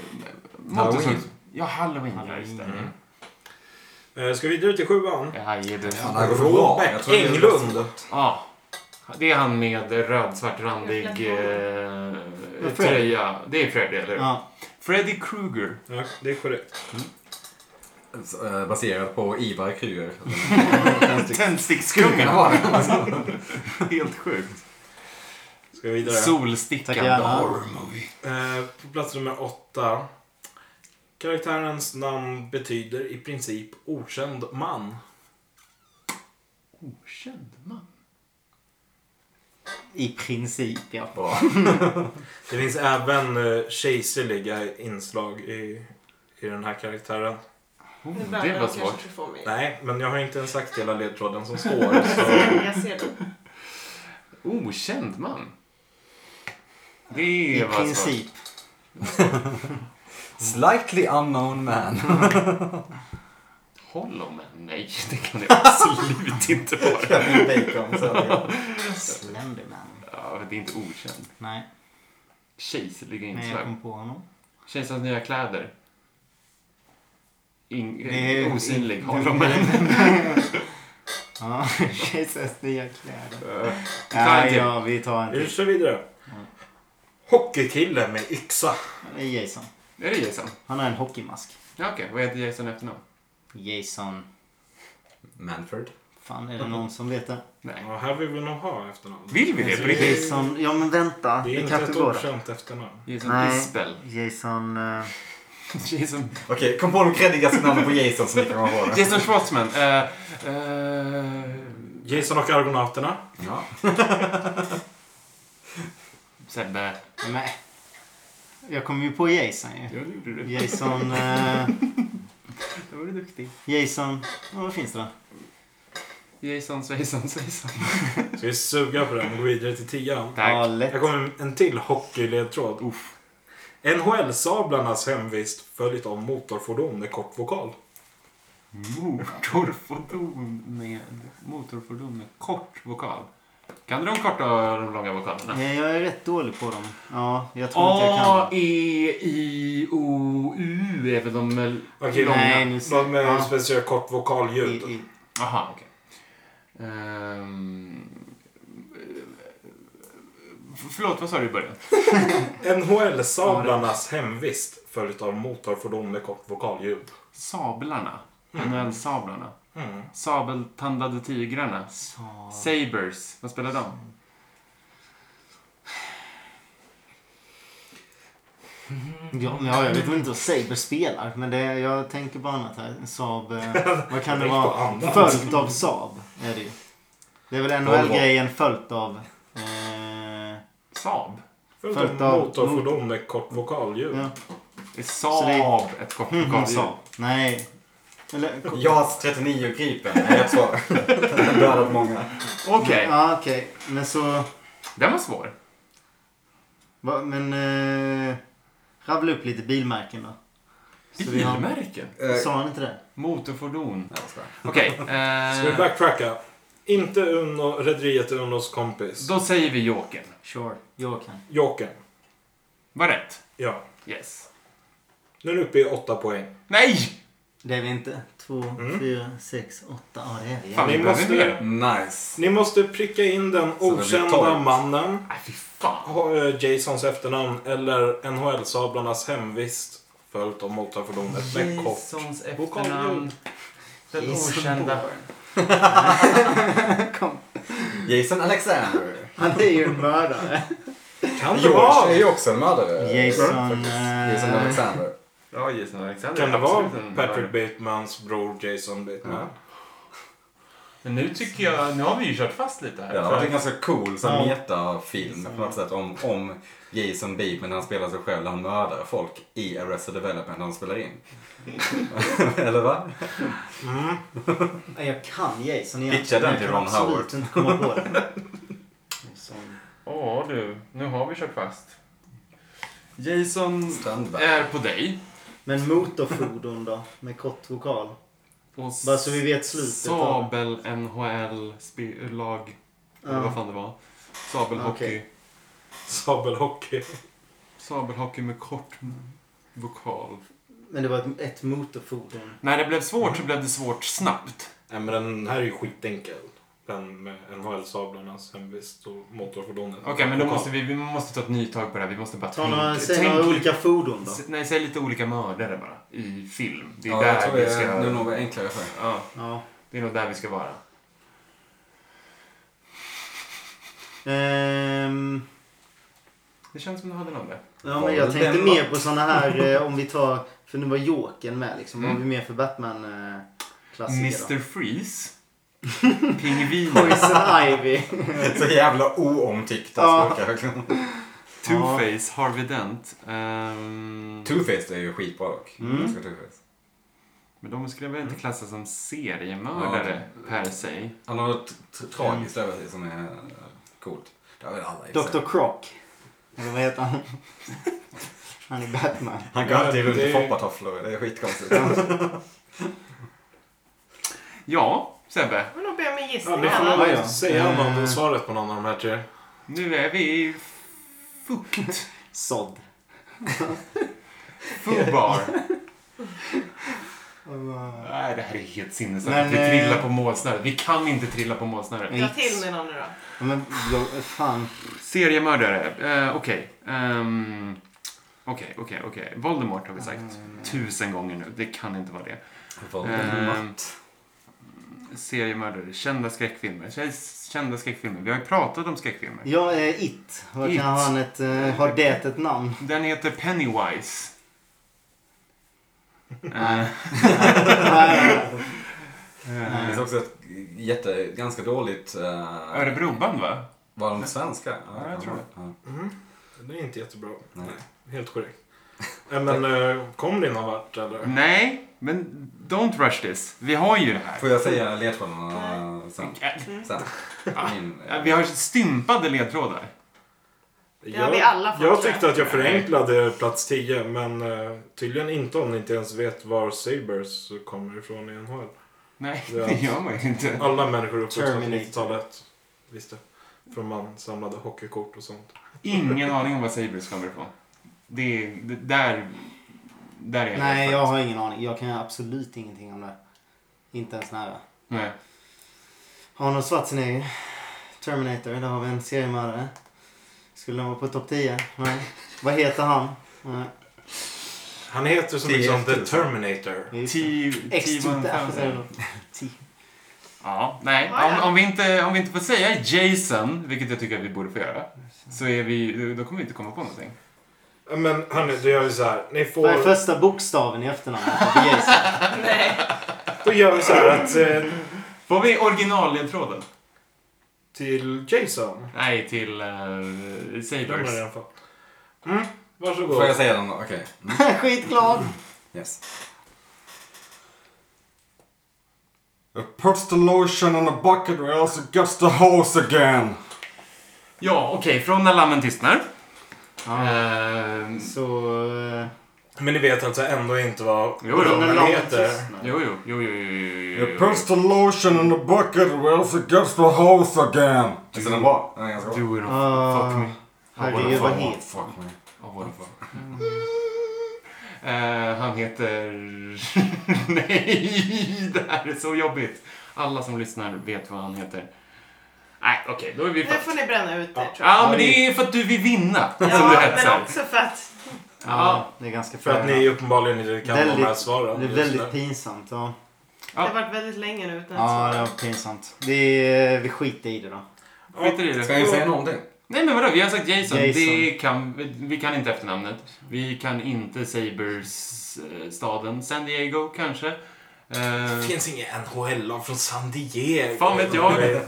Halloween. Ja, Halloween. Ja, just det. Mm. Eh, ska vi vidare till sjuan? det här går för bra. Jag Robert tror det är- Englund. Ja. Det är han med röd, svart, randig Jag eh, vet Freddy. tröja. Det är Freddy, eller hur? Ja. Freddy Krueger. Ja, det är korrekt. Så, eh, Baserad på Ivar Kryger. Tändstickskungen. [laughs] Helt sjukt. Ska vi vidare? Tack Solstickan. gärna. Eh, på plats nummer åtta. Karaktärens namn betyder i princip okänd man. Okänd man. I princip, ja. Det finns även eh, kejserliga inslag i, i den här karaktären. Oh, Nu det var vägrar de kanske svårt. inte få mig. Nej, men jag har inte ens sagt hela ledtråden som står. Så. Jag ser det. Okänd man. Det I var svårt. princip. Slightly unknown man. Hollow Man? Nej, det kan det absolut inte vara. Bacon, så jag. Slenderman. Ja, men det är inte okänd. Nej, Kejserliga men jag inslag. kom på honom. Kejsarens nya kläder. In, Det är- osynlig in- Hollow Man. [laughs] [laughs] Ja, kejsarens nya kläder. Eh, Ja, Tiger. ja, vi tar en Vi till. kör vidare. Hockeykille med yxa. Det är Jason. Är det Jason? Han har en hockeymask. Ja, okej. Vad heter Jason i efternamn? Jason. Manford. Fan, är det någon som vet det? Nej. Ja, här vill vi nog ha efternamn. Vill vi det på riktigt? Jason. Ja, men vänta. Det är Det inte kanske ett går. då. okänt efternamn. Jason Nej. Isbell. [laughs] Jason... eh, Jason, Okej, kom på de kreddigaste namnen på Jason som ni kan komma på. Jason Schwartzman. Eh, eh, Jason och Argonauterna. Ja. Sebbe. Nej. Jag kom ju på Jason ju. Ja, det gjorde du. Jason... eh, Det var du duktig. Jason... Ja, vad finns det då? Jason, Svejson, Svejson. Ska vi suga på den och gå vidare till tian? Tack. Ja, lätt. Här kommer en till hockeyledtråd. NHL-sablarnas hemvist följt av motorfordon med kort vokal. Motorfordon med, motorfordon med kort vokal. Kan du de korta och de långa vokalerna? Ja, Eh, Jag är rätt dålig på dem. Ja, jag tror inte jag A, kan. E, I, O, U är väl de väl Okej, långa? nej, nu ser- De med ja. speciellt kort vokalljud. I, i, Aha, okej. Ehm, f- förlåt, vad sa du i början? NHL-sablarnas hemvist följt av motorfordon med kort vokalljud. Sablarna. NHL-sablarna. Mm. Sabeltandade tigrarna. sa- Sabers. Vad spelar de? ja, ja, jag vet inte vad Saber spelar, men det, jag tänker på annat här. Saab... eh, Vad kan det Tänk på vara? annat. Följt av Saab är det ju. Det är väl NHL-grejen följt av... Eh, Sab? Följt Följt av av motorfordon med kort vokalljud. ja. Är det är- Saab ett kort Mm, vokalljud? Saab. Nej. Eller... JAS 39 Gripen. Nej, jag svar. Dödat många. Okej, Ja, okej. Men så... den var svår. Va, men... Eh, rabbla upp lite bilmärken då. Så vi har- Bilmärken? Sa han inte det? Motorfordon. Jag skojar. [laughs] Okej. Ska vi eh, backtracka? Inte Uno, rederiet Unos kompis. då säger vi Jokern. Sure, jag kan. Jokern. Var rätt? Ja. Yes. Nu är du uppe i åtta poäng. Nej! Det är vi inte. Två, Mm. fyra, sex, åtta. Ja, det är vi. Fan, Ni vi behöver måste- mer. Nice. Ni måste pricka in den det blir okända torrt. mannen, Nej, fy fan. ha- eh, Jasons efternamn eller NHL-sablarnas hemvist följt av motorfordonet med kort. Jasons Vokalljud. efternamn. Den okända. Jason Alexander. Han är ju en mördare. Kan det George är vara? ju också en mördare. Jason, Faktiskt. eh, Jason Alexander. Ja, Jason Alexander. Kan det Absolut vara en- Patrick Batemans bror Jason Bateman? Men nu tycker jag, nu har vi ju kört fast lite här. Det hade För- varit en ganska cool så Ja. här, metafilm på något sätt om, om Jason Bateman när han spelar sig själv när han mördar folk i Arrested Development när han spelar in. [laughs] Eller va? Nej, Jag kan Jason igen. Pitcha den men jag till kan Ron absolut Howard. inte komma på Liksom. den. [laughs] Ja du, nu har vi kört fast. Jason Strandberg. är på dig. Men motorfordon då? Med kort vokal. Och Bara så vi vet slutet av Sabel NHL spe- lag, eller vad ja. fan det var. Sabelhockey. Okej. Sabelhockey. Sabelhockey med kort vokal. Men det var ett, ett motorfordon. När det blev svårt så blev det svårt snabbt. Nej, men den här är ju skitenkel. Den med NHL-sablarnas hemvist och motorfordonet. Okej, men då måste vi, vi måste ta ett nytag på det här. Vi måste bara Ta några, tänk- säg tänk några lite- olika fordon då. S- Nej, säg lite olika mördare bara. I film. Det är Ja, jag där tror vi det ska... är, det är nog enklare för Ja, Ja. det är nog där vi ska vara. Ehm, Det känns som du hade någon där. ja Var men jag väl tänkte den mer va? på såna här eh, om vi tar, för nu var Jokern med liksom. Vad Mm. har vi mer för Batman eh, Mr klassiker då? [laughs] Freeze. Pingvinen. Poison Ivy. [laughs] Så jävla oomtyckta Ja. skurkar verkligen. [laughs] Two-Face. Harvey Dent. ehm, Two-Face är ju skitbra dock. Mm. Jag älskar Two-Face. men de skulle väl inte klassas som seriemördare per se. Han har något tra- tragiskt över sig som är eh, coolt. Det har väl alla i och för sig. Dr. Croc. Eller vad heter han? [laughs] Han är Batman. Han går alltid runt i Det är- foppatofflor. Det är skitkonstigt. [laughs] Ja, Sebbe. Jag vill nog be om en Ja, gissning ni här. får Ja, väl ja. säga Mm. någon svaret på någon av de här tre. Nu är vi i fukt. Sod. Fubar. Nej, det här är helt Men, sinnessjukt. Vi eh, trillar på målsnöret. Vi kan inte trilla på målsnöret. Dra till med någon nu då. Ja, men jag, fan. Seriemördare. Eh, Okej. Ehm, Okej, okej, okej. Voldemort har vi Mm. sagt tusen gånger nu. Det kan inte vara det. Ehm, seriemördare. Kända skräckfilmer. K- Kända skräckfilmer. Vi har ju pratat om skräckfilmer. Jag är It. Vad It. kan han ett, eh, har det ett namn? Den heter [laughs] Pennywise. Eh, Det eh, finns Eh, också ett jätte, ganska dåligt... eh, Örebroband, va? Var de svenska? Ja, jag tror det. Ja. Det är inte jättebra. Nej. Helt korrekt. Nej, men eh, kom det någon vart eller? Nej, men don't rush this. Vi har ju det här. Får jag säga ledtrådarna eh, sen? [laughs] sen. Min, Eh, Vi har stympade ledtrådar. Det har vi alla fått, Jag tror jag. tyckte att jag förenklade plats 10 men eh, tydligen inte om ni inte ens vet var Sabers kommer ifrån i NHL. Nej, Ja. det gör man ju inte. Alla människor uppvuxna på Terminator. 90-talet visste. Från man samlade hockeykort och sånt. Ingen aning om vad Sabres kommer ifrån. Det är... Det, där... Där är Nej, det. jag har ingen aning. Jag kan absolut ingenting om det. Inte ens nära. Nej. Arnold Schwarzenegger. Terminator. Där har vi en seriemördare. Skulle han vara på topp 10? Nej. Vad heter han? Nej. Han heter som Det är liksom The jätteroligt. Terminator. just det. T... X2000. T-1000. Ja, nej. Ja, ja. Om, om, vi inte, om vi inte får säga Jason, vilket jag tycker att vi borde få göra, så är vi... Då kommer vi inte komlla på någonting. Ja, Men hörni, då gör vi så här. Ni Vad är får... första bokstaven i efternamnet? Jason. Nej. Då gör vi så här att... Eh, Får vi originalledtråden? till Jason. Nej, till uh, Den har jag Sabres. redan fått. Mm, varsågod. får jag säga den då? Okej. Mm. Skitglad. Yes. I puts the lotion on the bucket or else it gets the hose again. Ja, okej. Från När lammen tystnar. Ehm, Så... eh, Men ni vet alltså ändå inte vad Jo, jo. han heter. Jo, jo, jo, jo, jo, jo, I jo, puts the lotion on the bucket or else it gets the hose again. Visst är den bra? Den är ganska bra. jo. Do it or Ah. fuck me. Herregud, vad Oh, heter fuck me. Ja, vad det var. [laughs] Eh, han heter... [laughs] Nej, det här är så jobbigt. Alla som lyssnar vet vad han heter. Nej, okej, då är vi Nu fast. får ni bränna ut det, tror jag. Ja, men det är för att du vill vinna som du Ja, men hetsar. också för att... Ja, det är ganska För att fair. ni uppenbarligen inte kan de här Väldigt- svaren. Det är just väldigt nu. pinsamt. Ja, Det har varit väldigt länge nu utan att ja det svara. var pinsamt. Det är, vi skiter i det då. Skiter i Ska jag det. säga någonting? Nej, men vadå? Vi har sagt Jason. Jason. Det kan, vi kan inte efternamnet. Vi kan inte Sabers-staden. San eh, Diego, kanske. Eh, Det finns ingen NHL från San Diego. Fan vet jag. Nej,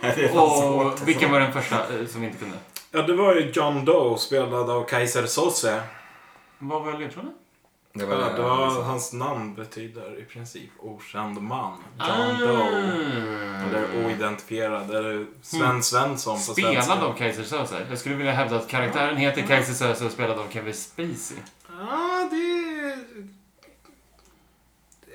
det är fan svårt. alltså. och vilken var den första eh, som vi inte kunde? Ja, det var ju John Doe spelad av Kaiser Soze. Vad var ledtråden? Det var Ja, det. då, Alltså. hans namn betyder i princip okänd man. Ah. John Doe. Eller oidentifierad. Eller Sven Svensson på svenska. Mm. Spelad av Kaiser Söze. Jag skulle vilja hävda att karaktären heter Kaiser Söze och spelad av Kevin Spacey. Ja, Ah, det...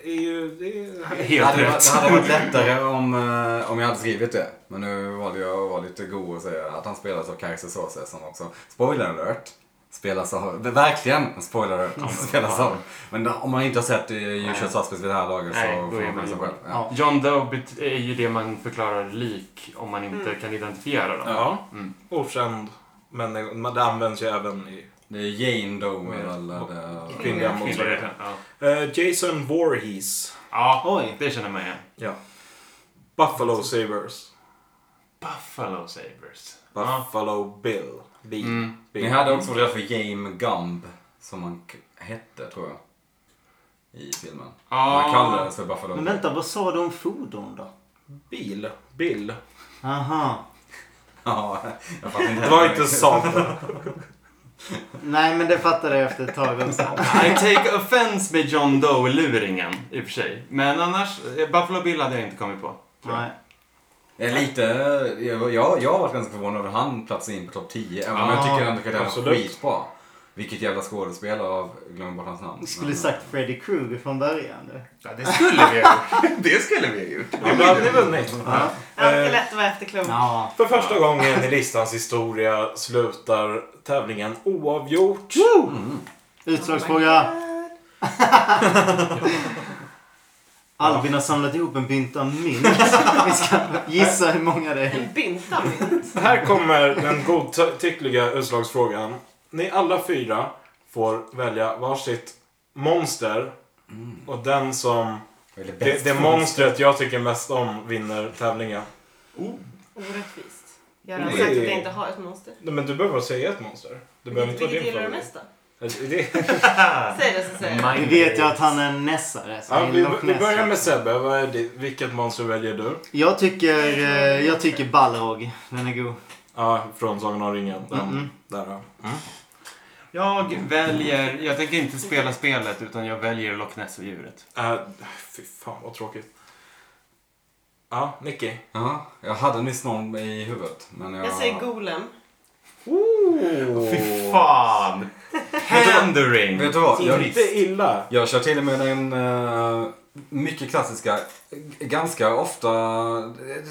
Det är ju... Det är... Det Helt hade, rätt. det hade varit lättare om, eh, om jag hade skrivit det. Men nu valde jag att vara lite god och säga att han spelas av Kaiser Soze som också, spoiler alert, spelas av, verkligen en spoiler alert, [laughs] spelas av. Men då- om man inte har sett eh, Usual Suspects vid det här laget Nej, så då får är man man skylla ju- sig själv. Ja. Ja. John Doe bet- är ju det man förklarar lik om man inte kan identifiera dem. Ja. Mm. Okänd människa. Men det används ju även i... Det är Jane Doe Ja. eller det... Kvinnliga Kvinnliga motsvarigheter. Ja. Eh, Jason Voorhees. ja, Oj. det känner man igen. Ja. Buffalo Sabres. Buffalo Sabres. Ja. Buffalo Bill. Bill. Mm. Bill. Ni hade också reda för Game Gumb som han k- hette tror jag. I filmen. Han Ja. kallades för Buffalo. Men vänta, vad sa du om fordon då? Bil. Bill. Aha. [laughs] Ja, jag fattar inte. Det var inte Satan. [laughs] Nej, men det fattade jag efter ett tag [laughs] också. I take offense med John Doe-luringen i och för sig. Men annars, eh, Buffalo Bill hade jag inte kommit på. tror jag. Nej. Jag är lite, jag, jag, jag har varit ganska förvånad över att han platsade in på topp 10. Även om jag Ja, tycker att det är absolut. skitbra. Vilket jävla skådespelare av, glöm bort hans namn. Du skulle Men- sagt Freddy Krueger från början. Du. Ja, det skulle vi ha gjort. [laughs] Det skulle vi ha gjort. Han hade vunnit. Alltid lätt att vara efterklok. Ja. För första gången i listans historia slutar tävlingen oavgjort. Utslagsfråga. Oh Albin har samlat ihop en bynt av mynt. [laughs] Vi ska gissa hur många det är. en binta mynt. Här kommer den godtyckliga utslagsfrågan. Ni alla fyra får välja varsitt monster. Och den som... Eller Det, bäst. det monstret jag tycker mest om vinner tävlingen. Orättvist. Jag har Nej. sagt att jag inte har ett monster. Nej, Men du behöver bara säga ett monster. Du behöver inte Vilket vara din gillar du favorit. mest då? Alltså, [laughs] det- Säg det så säger jag. Nu vet jag att han är en nässare. Så Ja, han är vi, Loch vi Ness. börjar med Sebbe. Vad är det, vilket monster väljer du? Jag tycker, eh, jag tycker Balrog. Den är god. Ja, från Sagan om ringen. Den, Mm. där, ja. Jag väljer... Jag tänker inte spela spelet, utan jag väljer Loch Ness-djuret. Äh, fy fan vad tråkigt. Ja, Nicky. Ja, jag hade nyss någon i huvudet. Men jag... Jag säger Golem. Oh. Fy fan! Pandering! Vet du vad? Jag, Inte Typ. illa. Jag kör till med den eh, mycket klassiska, g- ganska ofta,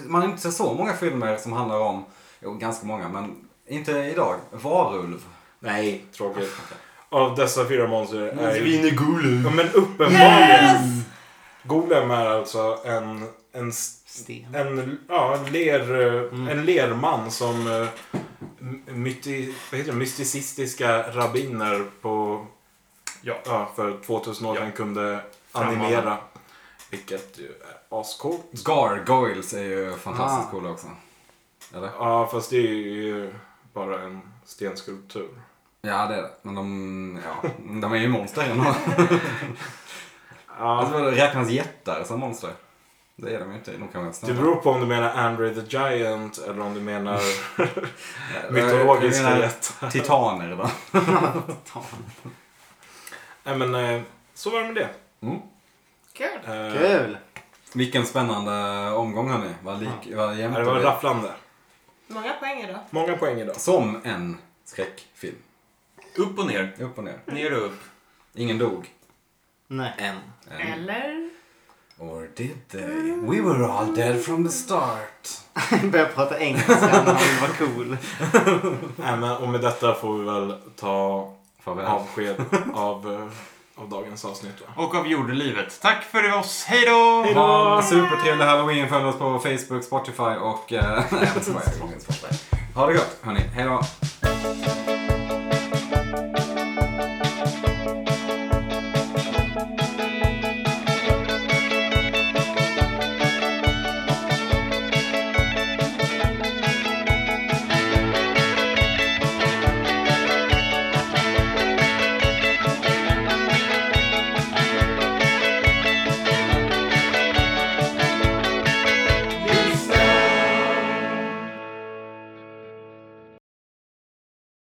man har inte sett så många filmer som handlar om, jo ganska många men inte idag, varulv. Nej, tråkigt. [laughs] Av dessa fyra monster är... Ja, Golem. men uppenbarligen. Golem är alltså en... En, s- Sten. en, ja, en, ler, Mm. en lerman som eh, m- mysti, vad heter det, mysticistiska rabbiner på... Ja. för 2000 år sedan kunde Frammana. animera. Vilket ju är ascoolt. Gargoyles är ju fantastiskt Ah. coola också. Eller? Ja, fast det är ju bara en stenskulptur. Ja det är det, men de, ja, de är ju monster ändå. [laughs] alltså, räknas jättar som monster? Det är de ju inte, de kan väl Det beror på om du menar Android the Giant eller om du [laughs] menar snälla. Jag mytologiska menar jättar. Titaner då. Nej men, eh, så var det med det. Kul. Eh, Kul! Vilken spännande omgång hörni. Vad lik, vad jämnt Det var blev. rafflande. Många poäng idag. Många poäng idag. Som en skräckfilm. Upp och ner. Upp och ner. Ner och upp. Ingen dog. Nej. En. And, Eller? or did they? We were all dead from the start. [laughs] Börjar prata engelska när han vill vara cool. Nej, men, och med detta får vi väl ta Farväl. avsked av, eh, av dagens avsnitt. Va? Och av jordelivet. Tack för oss. Hej då! Ha en supertrevlig halloween. [laughs] Följ oss på Facebook, Spotify och... eh, nej, jag skojar. Det finns på Spotify. Ha det gott hörni. Hej då.